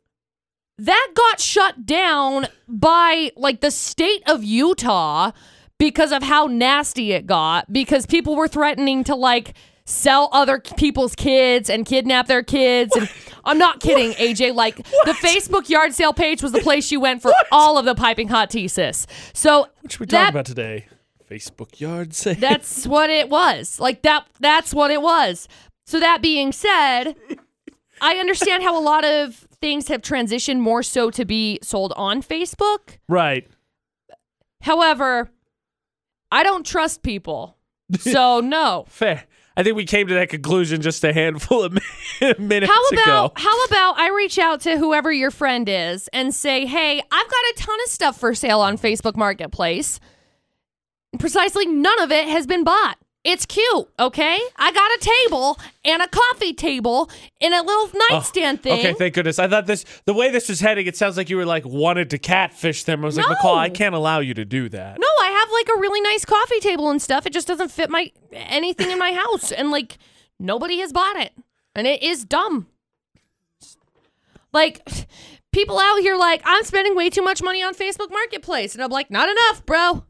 That got shut down by like the state of Utah because of how nasty it got because people were threatening to like sell other people's kids and kidnap their kids and I'm not kidding AJ like the Facebook yard sale page was the place you went for all of the piping hot tea sis. So What should we that- talk about today? Facebook yard sale. that's what it was. Like that that's what it was. So that being said, I understand how a lot of things have transitioned more so to be sold on Facebook. right. However, I don't trust people. So no. Fair. I think we came to that conclusion just a handful of minutes How ago. about how about I reach out to whoever your friend is and say, "Hey, I've got a ton of stuff for sale on Facebook Marketplace. Precisely none of it has been bought. It's cute, okay? I got a table and a coffee table and a little nightstand thing. Oh. Okay, thank goodness. I thought this the way this was heading, it sounds like you were like wanted to catfish them. I was like, No. McCall, I can't allow you to do that. no, I have like a really nice coffee table and stuff. It just doesn't fit my anything in my house, and like nobody has bought it, and it is dumb. Like people out here, like I'm spending way too much money on Facebook Marketplace, and I'm like, not enough, bro.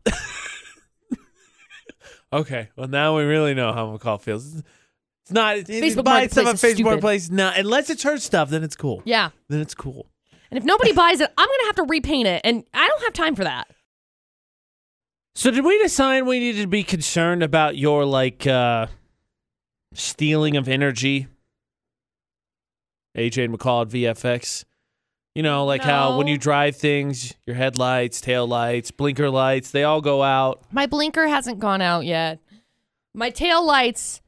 Okay. Well, now we really know how McCall feels. It's not. It, it- Facebook buy stuff on Marketplace is Facebook stupid. Marketplace. Now, unless it's her stuff, then it's cool. yeah, Then it's cool. and if nobody buys it, I'm gonna have to repaint it, and I don't have time for that. So did we decide we needed to be concerned about your like uh stealing of energy? AJ and McCall at VFX. You know, like how when No. you drive things, your headlights, tail lights, blinker lights, they all go out. My blinker hasn't gone out yet. My tail lights.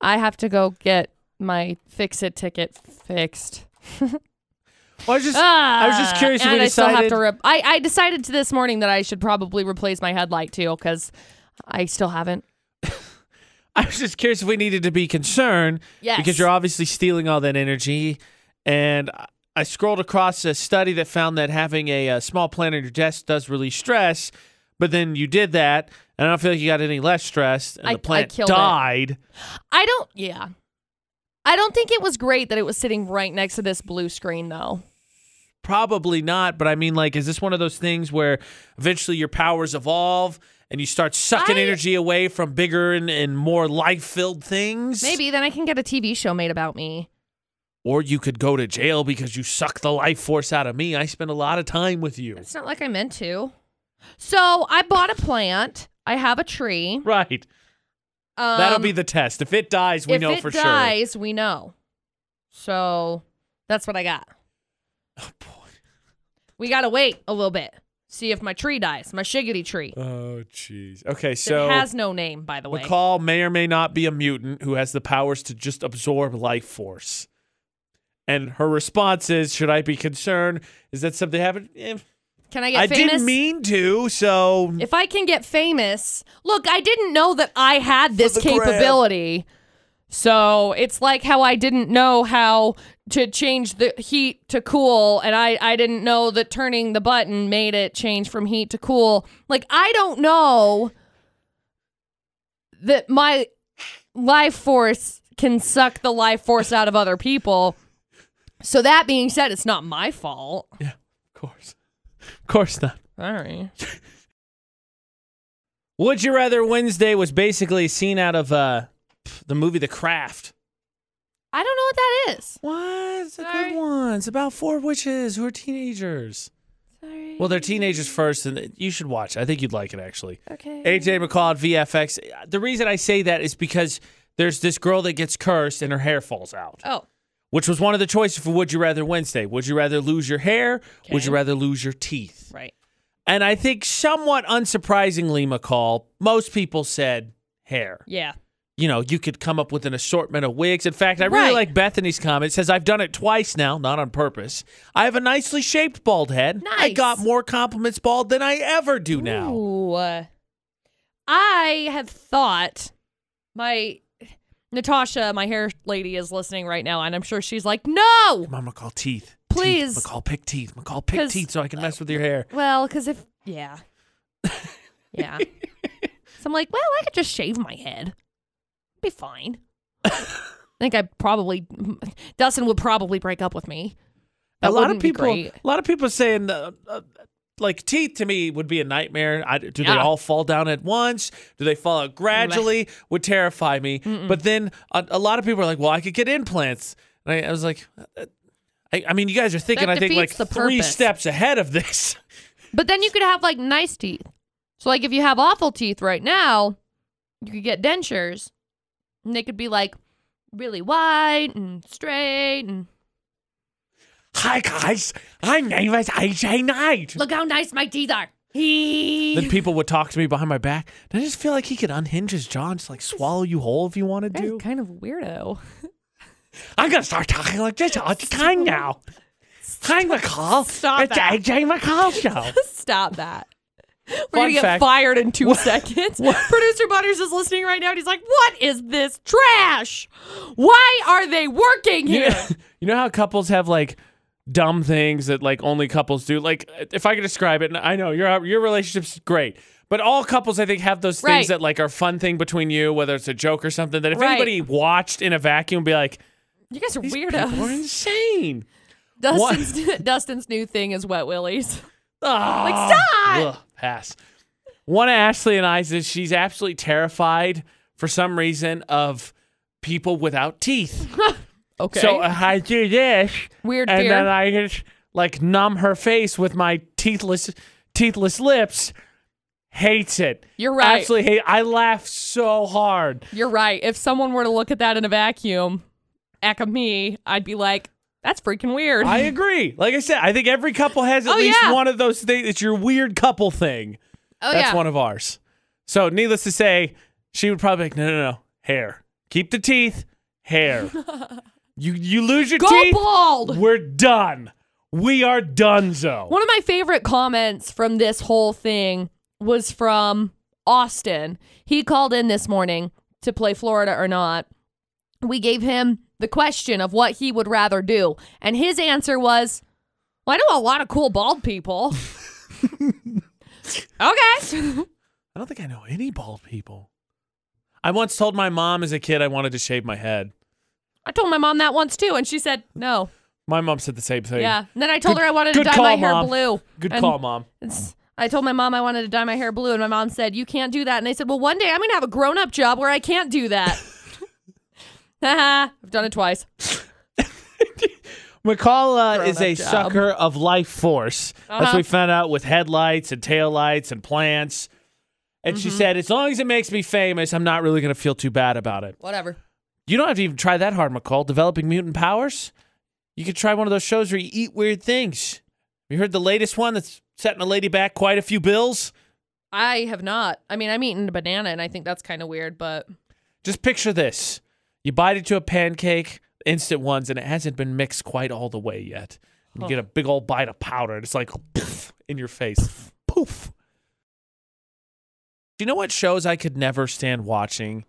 I have to go get my fix it ticket fixed. Well, I was just I was just Ah, curious if and we I still have decided to. Re- I I decided to this morning that I should probably replace my headlight too because I still haven't. I was just curious if we needed to be concerned Yes. because you're obviously stealing all that energy. And I- I scrolled across a study that found that having a, uh small plant on your desk does relieve stress. But then you did that, and I don't feel like you got any less stressed, and I- I the plant killed it. died. I don't. Yeah. I don't think it was great that it was sitting right next to this blue screen though. Probably not, but I mean, like, is this one of those things where eventually your powers evolve and you start sucking I- energy away from bigger and, and more life filled things? Maybe then I can get a TV show made about me. Or you could go to jail because you suck the life force out of me. I spend a lot of time with you. It's not like I meant to. So I bought a plant. I have a tree. Right. Um, That'll be the test. If it dies, we if know it for sure. dies, we know. So that's what I got. Oh, boy. We gotta wait a little bit. See if my tree dies. My shiggity tree. Oh, jeez. Okay, that so has no name, by the way. McCall may or may not be a mutant who has the powers to just absorb life force. And her response is, "Should I be concerned? Is that something happened? Eh, Can I get I famous? didn't mean to. So if I can get famous, look, I didn't know that I had this the grab. capability. So it's like how I didn't know how to change the heat to cool, and I, I didn't know that turning the button made it change from heat to cool. Like, I don't know that my life force can suck the life force out of other people. So, that being said, it's not my fault. yeah, of course, of course not. Sorry. Would you rather Wednesday was basically a scene out of uh, the movie The Craft. I don't know what that is. What? It's a Sorry. good one. It's about four witches who are teenagers. Sorry. Well, they're teenagers first, and you should watch. it. I think you'd like it actually. Okay. AJ McCall at VFX. The reason I say that is because there's this girl that gets cursed and her hair falls out, Oh, which was one of the choices for Would You Rather Wednesday. Would you rather lose your hair? Would Okay. you rather lose your teeth? right. And I think somewhat unsurprisingly, McCall, most people said hair. Yeah. You know, you could come up with an assortment of wigs. In fact, I really Right. like Bethany's comment. It says, I've done it twice now, not on purpose. I have a nicely shaped bald head. I Nice. got more compliments bald than I ever do now. Ooh. uh, I had thought my Natasha, my hair lady, is listening right now, and I'm sure she's like, no. Mom, McCall teeth. Please. Teeth. McCall pick teeth. McCall pick 'Cause- teeth so I can mess with your hair. Well, because if yeah, yeah. so I'm like, well, I could just shave my head. Be fine. I think I probably Dustin would probably break up with me. That a lot of wouldn't be people. great. A lot of people saying. Uh, uh, like teeth to me would be a nightmare. I, do they Yeah. all fall down at once? Do they fall out gradually? Would terrify me. But then a, a lot of people are like, "Well, I could get implants." And I, I was like, uh, I, "I mean, you guys are thinking. That I think like defeats the three purpose. steps ahead of this." But then you could have like nice teeth. So like if you have awful teeth right now, you could get dentures. And they could be like really wide and straight and Hi guys, my name is AJ Knight. look how nice my teeth are. Then people would talk to me behind my back. And I just feel like he could unhinge his jaw and just like swallow you whole if you wanted That's to. kind of weirdo. I'm gonna start talking like this all the time now. Hi McCall. Stop it's that. AJ McCall show. Stop that. We're Fun gonna get fact- fired in two seconds. Producer Butters is listening right now and he's like, What is this trash? Why are they working you, here? know, you know how couples have like dumb things that like only couples do. Like if I could describe it, and I know your your relationship's great, But all couples, I think, have those things Right. that like are fun thing between you, whether it's a joke or something. That if Right. anybody watched in a vacuum, be like, You guys are these people are weirdos. insane. Dustin's Dustin's new thing is wet willies. like stop! Ah, pass. One of Ashley and I says she's absolutely terrified for some reason of people without teeth. Okay. So uh, I do this, Weird and fear. then I just like numb her face with my teethless, teethless lips. Hates it. You're right. Absolutely hate. I laugh so hard. You're right. If someone were to look at that in a vacuum, echo me, I'd be like, that's freaking weird. I agree. Like I said, I think every couple has at Oh, least yeah. one of those things. It's your weird couple thing. oh That's yeah. one of ours. So, needless to say, she would probably be like, no, no, no, hair. Keep the teeth, hair. you you lose your Go teeth. bald. We're done. We are donezo. One of my favorite comments from this whole thing was from Austin. He called in this morning to play Florida or not. We gave him the question of what he would rather do, and his answer was, "Well, I know a lot of cool bald people." okay. I don't think I know any bald people. I once told my mom as a kid I wanted to shave my head. I told my mom that once too, and she said no. My mom said the same thing. Yeah. And then I told Good- her I wanted to good dye call, my hair Mom. blue. Good And call, mom. it's- I told my mom I wanted to dye my hair blue, and my mom said, You can't do that. And I said, Well, one day I'm going to have a grown up job where I can't do that. Haha, I've done it twice. McCalla is Grown-up a job. sucker of life force. That's Uh-huh. what we found out with headlights and taillights and plants. And she Mm-hmm. said, as long as it makes me famous, I'm not really going to feel too bad about it. Whatever. You don't have to even try that hard, McCall. Developing mutant powers? You could try one of those shows where you eat weird things. You heard the latest one that's setting a lady back quite a few bills? I have not. I mean, I'm eating a banana, and I think that's kind of weird, but Just picture this. You bite into a pancake, instant ones, and it hasn't been mixed quite all the way yet. You Huh. get a big old bite of powder, and it's like poof, in your face. Poof. Do you know what shows I could never stand watching?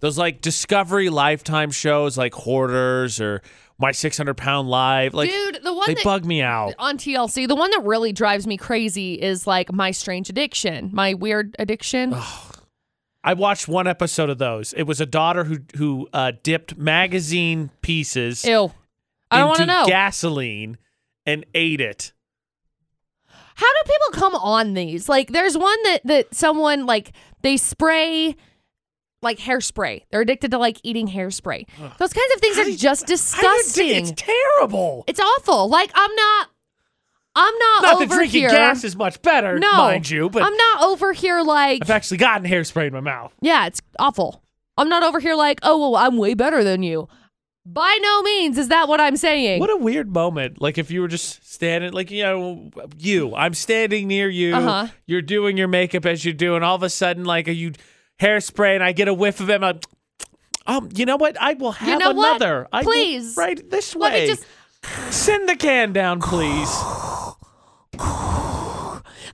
Those like Discovery Lifetime shows like Hoarders or My 600 Pound Live. Like, dude, the one they that bug me out. on TLC, the one that really drives me crazy is like my strange addiction, my weird addiction. I watched one episode of those. It was a daughter who who uh, dipped magazine pieces Ew. I don't want to into know. gasoline and ate it. How do people come on these? Like, there's one that that someone like they spray like hairspray. They're addicted to like eating hairspray. Those kinds of things are just disgusting. It's terrible. it's awful. Like I'm not, I'm not, Not over that drinking here. gas is much better, no, mind you, but I'm not over here like I've actually gotten hairspray in my mouth. yeah, it's awful. I'm not over here like oh well, I'm way better than you. By no means is that what I'm saying. What a weird moment. Like if you were just standing, like, you know, you, I'm standing near you. Uh-huh. You're doing your makeup as you do. And all of a sudden, like, you hairspray and I get a whiff of it. and I'm like, um, you know what? I will have know what? another. I will- Please. right this Let me way. just- Send the can down, please.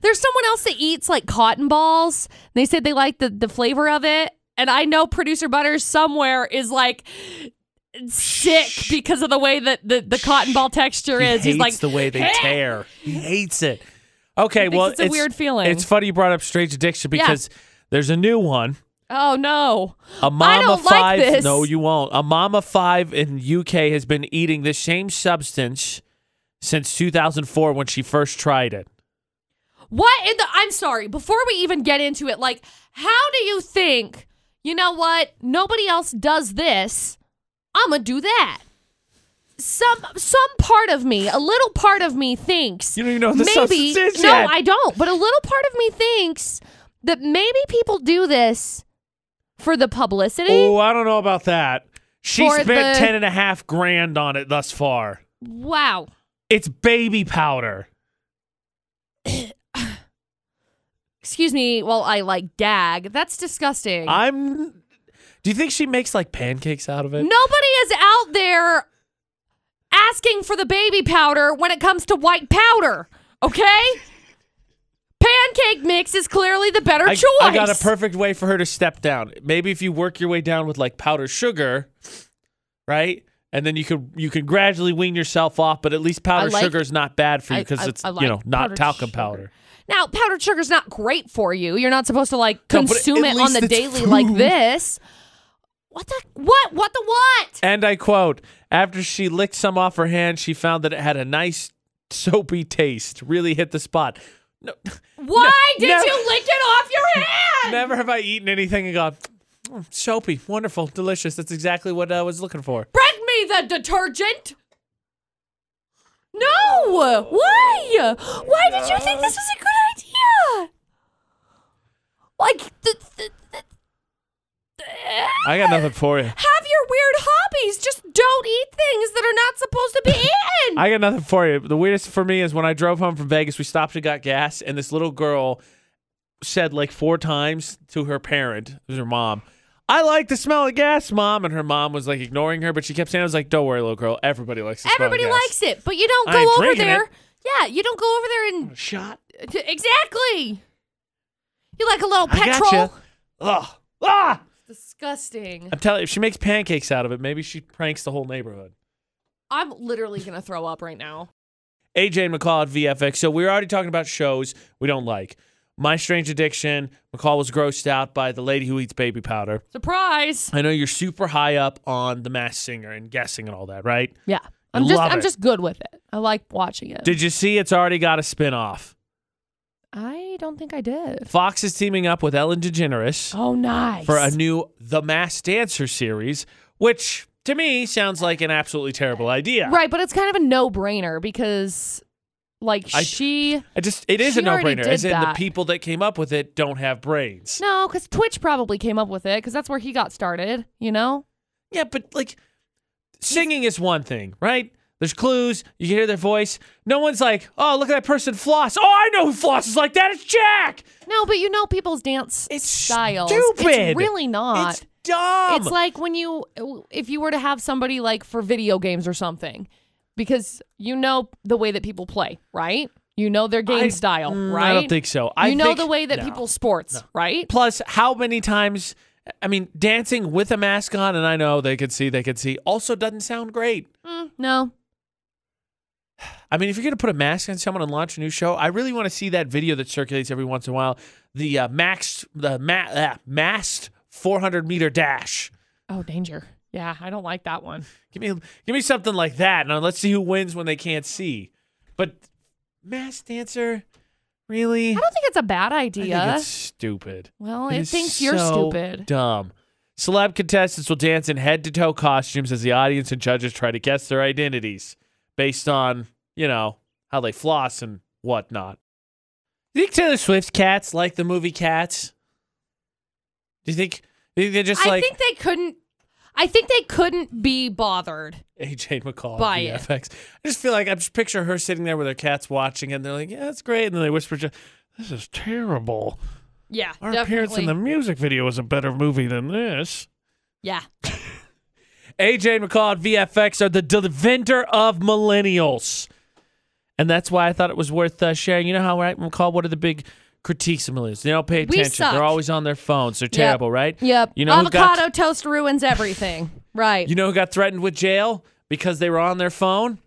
There's someone else that eats like cotton balls. They said they like the, the flavor of it. And I know producer Butters somewhere is like sick because of the way that the, the cotton ball texture He is. hates He's like the way they "Eh." tear. He hates it. Okay, thinks well, it's a weird feeling. It's funny you brought up strange addiction Yeah. because there's a new one. Oh no. A mama don't like five. this. No, you won't. A mama five in UK has been eating this same substance since 2004 when she first tried it. What in the I'm sorry, before we even get into it, like, how do you think, you know what, nobody else does this? I'ma do that. Some some part of me, a little part of me thinks You don't even know what the maybe substance is no, yet. I don't. But a little part of me thinks that maybe people do this for the publicity. Oh, I don't know about that. She For spent the- ten and a half grand on it thus far. Wow, It's baby powder. excuse me. While I like gag, that's disgusting. I'm. Do you think she makes like pancakes out of it? Nobody is out there asking for the baby powder when it comes to white powder, okay? Pancake mix is clearly the better I, choice. I got a perfect way for her to step down. Maybe if you work your way down with like powdered sugar, right? And then you could you could gradually wean yourself off, but at least powdered like- sugar is not bad for you I- because I- it's I you like know not powdered talcum sugar. powder. Now, powdered sugar's not great for you. You're not supposed to like No, but consume at it on least the it's daily food. like this. What the what? What the what? And I quote, after she licked some off her hand, she found that it had a nice soapy taste. Really hit the spot. No, Why did no. you lick it off your hand? never have I eaten anything and gone, "Mm, soapy, wonderful, delicious. That's exactly what I was looking for. Bring me the detergent. No! Why? Why did you think this was a good idea? Like, th- th- th- I got nothing for you. have your weird hobbies. Just don't eat things that are not supposed to be eaten. I got nothing for you. The weirdest for me is when I drove home from Vegas, we stopped and got gas, and this little girl said like four times to her parent, it was her mom, I like the smell of gas, mom. And her mom was like ignoring her, but she kept saying, I was like, don't worry, little girl. Everybody likes the smell of Everybody gas." likes it, but you don't I ain't go over drinking there. it. Yeah, you don't go over there and shot. exactly. You like a little I petrol. gotcha. Ugh. Ah! Disgusting. I'm telling you, if she makes pancakes out of it, maybe she pranks the whole neighborhood. I'm literally gonna throw up right now. AJ and McCall at VFX. So we were already talking about shows we don't like. My Strange Addiction. McCall was grossed out by the lady who eats baby powder. Surprise. I know you're super high up on The Masked Singer and guessing and all that, right? Yeah. I I'm just love I'm it. just good with it. I like watching it. Did you see it's already got a spinoff? I don't think I did. Fox is teaming up with Ellen DeGeneres Oh nice. for a new The Masked Dancer series, which to me sounds like an absolutely terrible idea. Right, but it's kind of a no-brainer because like I- she I just it is She a already no-brainer. did As in the that. people that came up with it don't have brains. No, cuz Twitch probably came up with it cuz that's where he got started, you know? Yeah, but like singing is one thing, right? There's clues, you can hear their voice. No one's like, oh, look at that person floss. Oh, I know who flosses like that. It's Jack. No, but you know people's dance It's styles. stupid. It's really not. It's dumb. It's like when you, if you were to have somebody like for video games or something, because you know the way that people play, right? You know their game I- style, Mm, right? I don't think so. I you know think- the way that no. people sports, right? Plus, how many times? I mean, dancing with a mask on, and I know they could see, they could see. Also, doesn't sound great. Mm, no, I mean, if you're going to put a mask on someone and launch a new show, I really want to see that video that circulates every once in a while. The uh, maxed, the ma- uh, masked 400 meter dash. oh danger. Yeah, I don't like that one. Give me, give me something like that, and let's see who wins when they can't see. But masked dancer, really? I don't think it's a bad I idea. think it's stupid. well, It it, is thinks you're so stupid. Dumb. Celeb contestants will dance in head to toe costumes as the audience and judges try to guess their identities based on, you know, how they floss and whatnot. Do you think Taylor Swift's cats like the movie Cats? Do you think, do you think they're just I like think they couldn't. I think they couldn't be bothered. AJ McCall Buy at it. VFX? I just feel like I just picture her sitting there with her cats watching and they're like, yeah, that's great. And then they whisper, to- this is terrible. Yeah, Our appearance definitely. in the music video is a better movie than this. yeah, AJ and McCall at VFX are the defender of millennials. And that's why I thought it was worth uh, sharing. You know how, right, McCall, what are the big critiques of millennials? They don't pay We attention. suck. They're always on their phones. They're terrible, right? yep. You know who got- avocado toast ruins everything. right. You know who got threatened with jail because they were on their phone?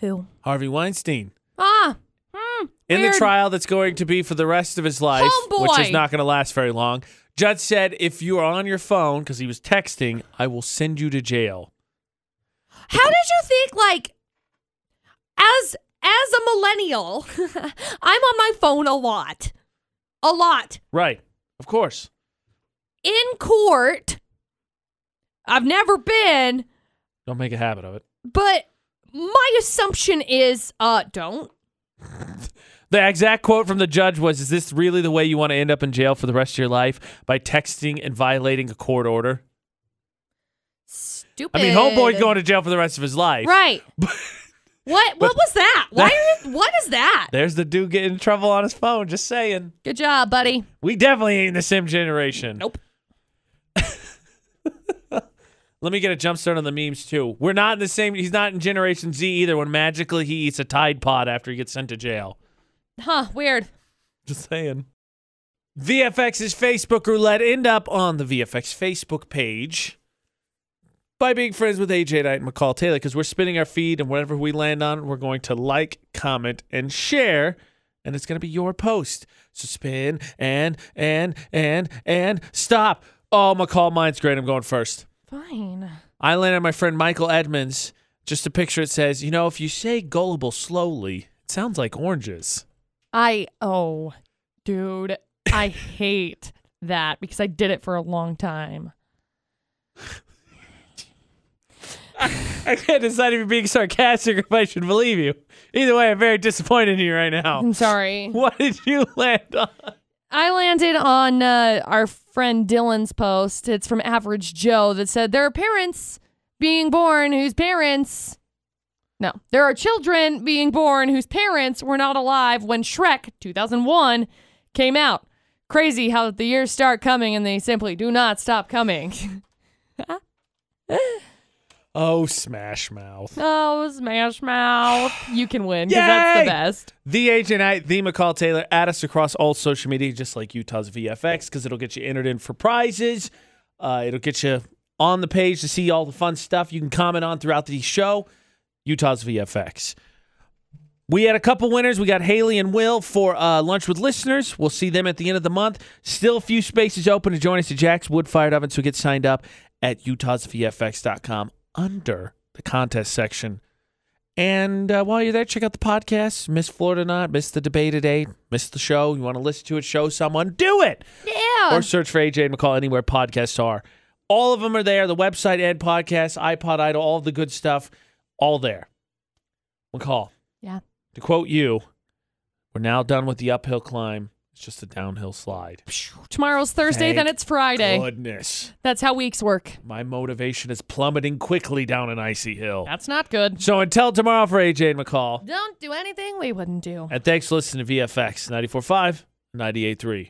Who? Harvey Weinstein. Ah. Hmm. In weird. the trial that's going to be for the rest of his life, which is Homeboy. not going to last very long, judge said, if you are on your phone, because he was texting, I will send you to jail. How did you think like as as a millennial, I'm on my phone a lot. A lot. Right. Of course. In court. I've never been, Don't make a habit of it. but my assumption is uh don't. The exact quote from the judge was Is this really the way you want to end up in jail for the rest of your life by texting and violating a court order? Stupid. I mean, homeboy going to jail for the rest of his life. Right. what what was that? Why That- are you, what is that? There's the dude getting in trouble on his phone, just saying. Good job, buddy. We definitely ain't the sim generation. Nope. Let me get a jump start on the memes, too. We're not in the same, he's not in Generation Z either when magically he eats a Tide Pod after he gets sent to jail. Huh, weird. Just saying. VFX's Facebook roulette end up on the VFX Facebook page. by being friends with AJ Knight and McCall Taylor because we're spinning our feed and whatever we land on, we're going to like, comment, and share. And it's going to be your post. So spin and, and, and, and stop. Oh, McCall, mine's great. I'm going first. Fine. I landed on my friend Michael Edmonds. Just a picture. It says, you know, if you say gullible slowly, it sounds like oranges. I oh, dude, I hate that because I did it for a long time. I can't decide if you're being sarcastic or if I should believe you. Either way, I'm very disappointed in you right now. I'm sorry. What did you land on? I landed on uh, our friend Dylan's post. It's from Average Joe that said there are parents being born whose parents. No, there are children being born whose parents were not alive when Shrek 2001 came out. Crazy how the years start coming and they simply do not stop coming. Oh, smash mouth. oh, Smash Mouth. You can win because that's Yay! the best. The Agent I, the McCall Taylor, at us across all social media, just like Utah's VFX, because it'll get you entered in for prizes. Uh, it'll get you on the page to see all the fun stuff you can comment on throughout the show. Utah's VFX. We had a couple winners. We got Haley and Will for uh, lunch with listeners. We'll see them at the end of the month. Still a few spaces open to join us at Jack's Wood Fired Oven. So get signed up at utahsvfx.com under the contest section. And uh, while you're there, check out the podcast. Miss Florida Not, miss the debate today, miss the show. You want to listen to it, show someone, do it. Yeah. Or search for AJ and McCall anywhere podcasts are. All of them are there. The website, Ed Podcast, iPod Idol, all the good stuff, all there. McCall. Yeah. To quote you, we're now done with the uphill climb. It's just a downhill slide. Tomorrow's Thursday, Thank then it's Friday. Goodness. That's how weeks work. My motivation is plummeting quickly down an icy hill. That's not good. So until tomorrow for AJ and McCall. Don't do anything we wouldn't do. And thanks for listening to VFX 94.5, 98.3.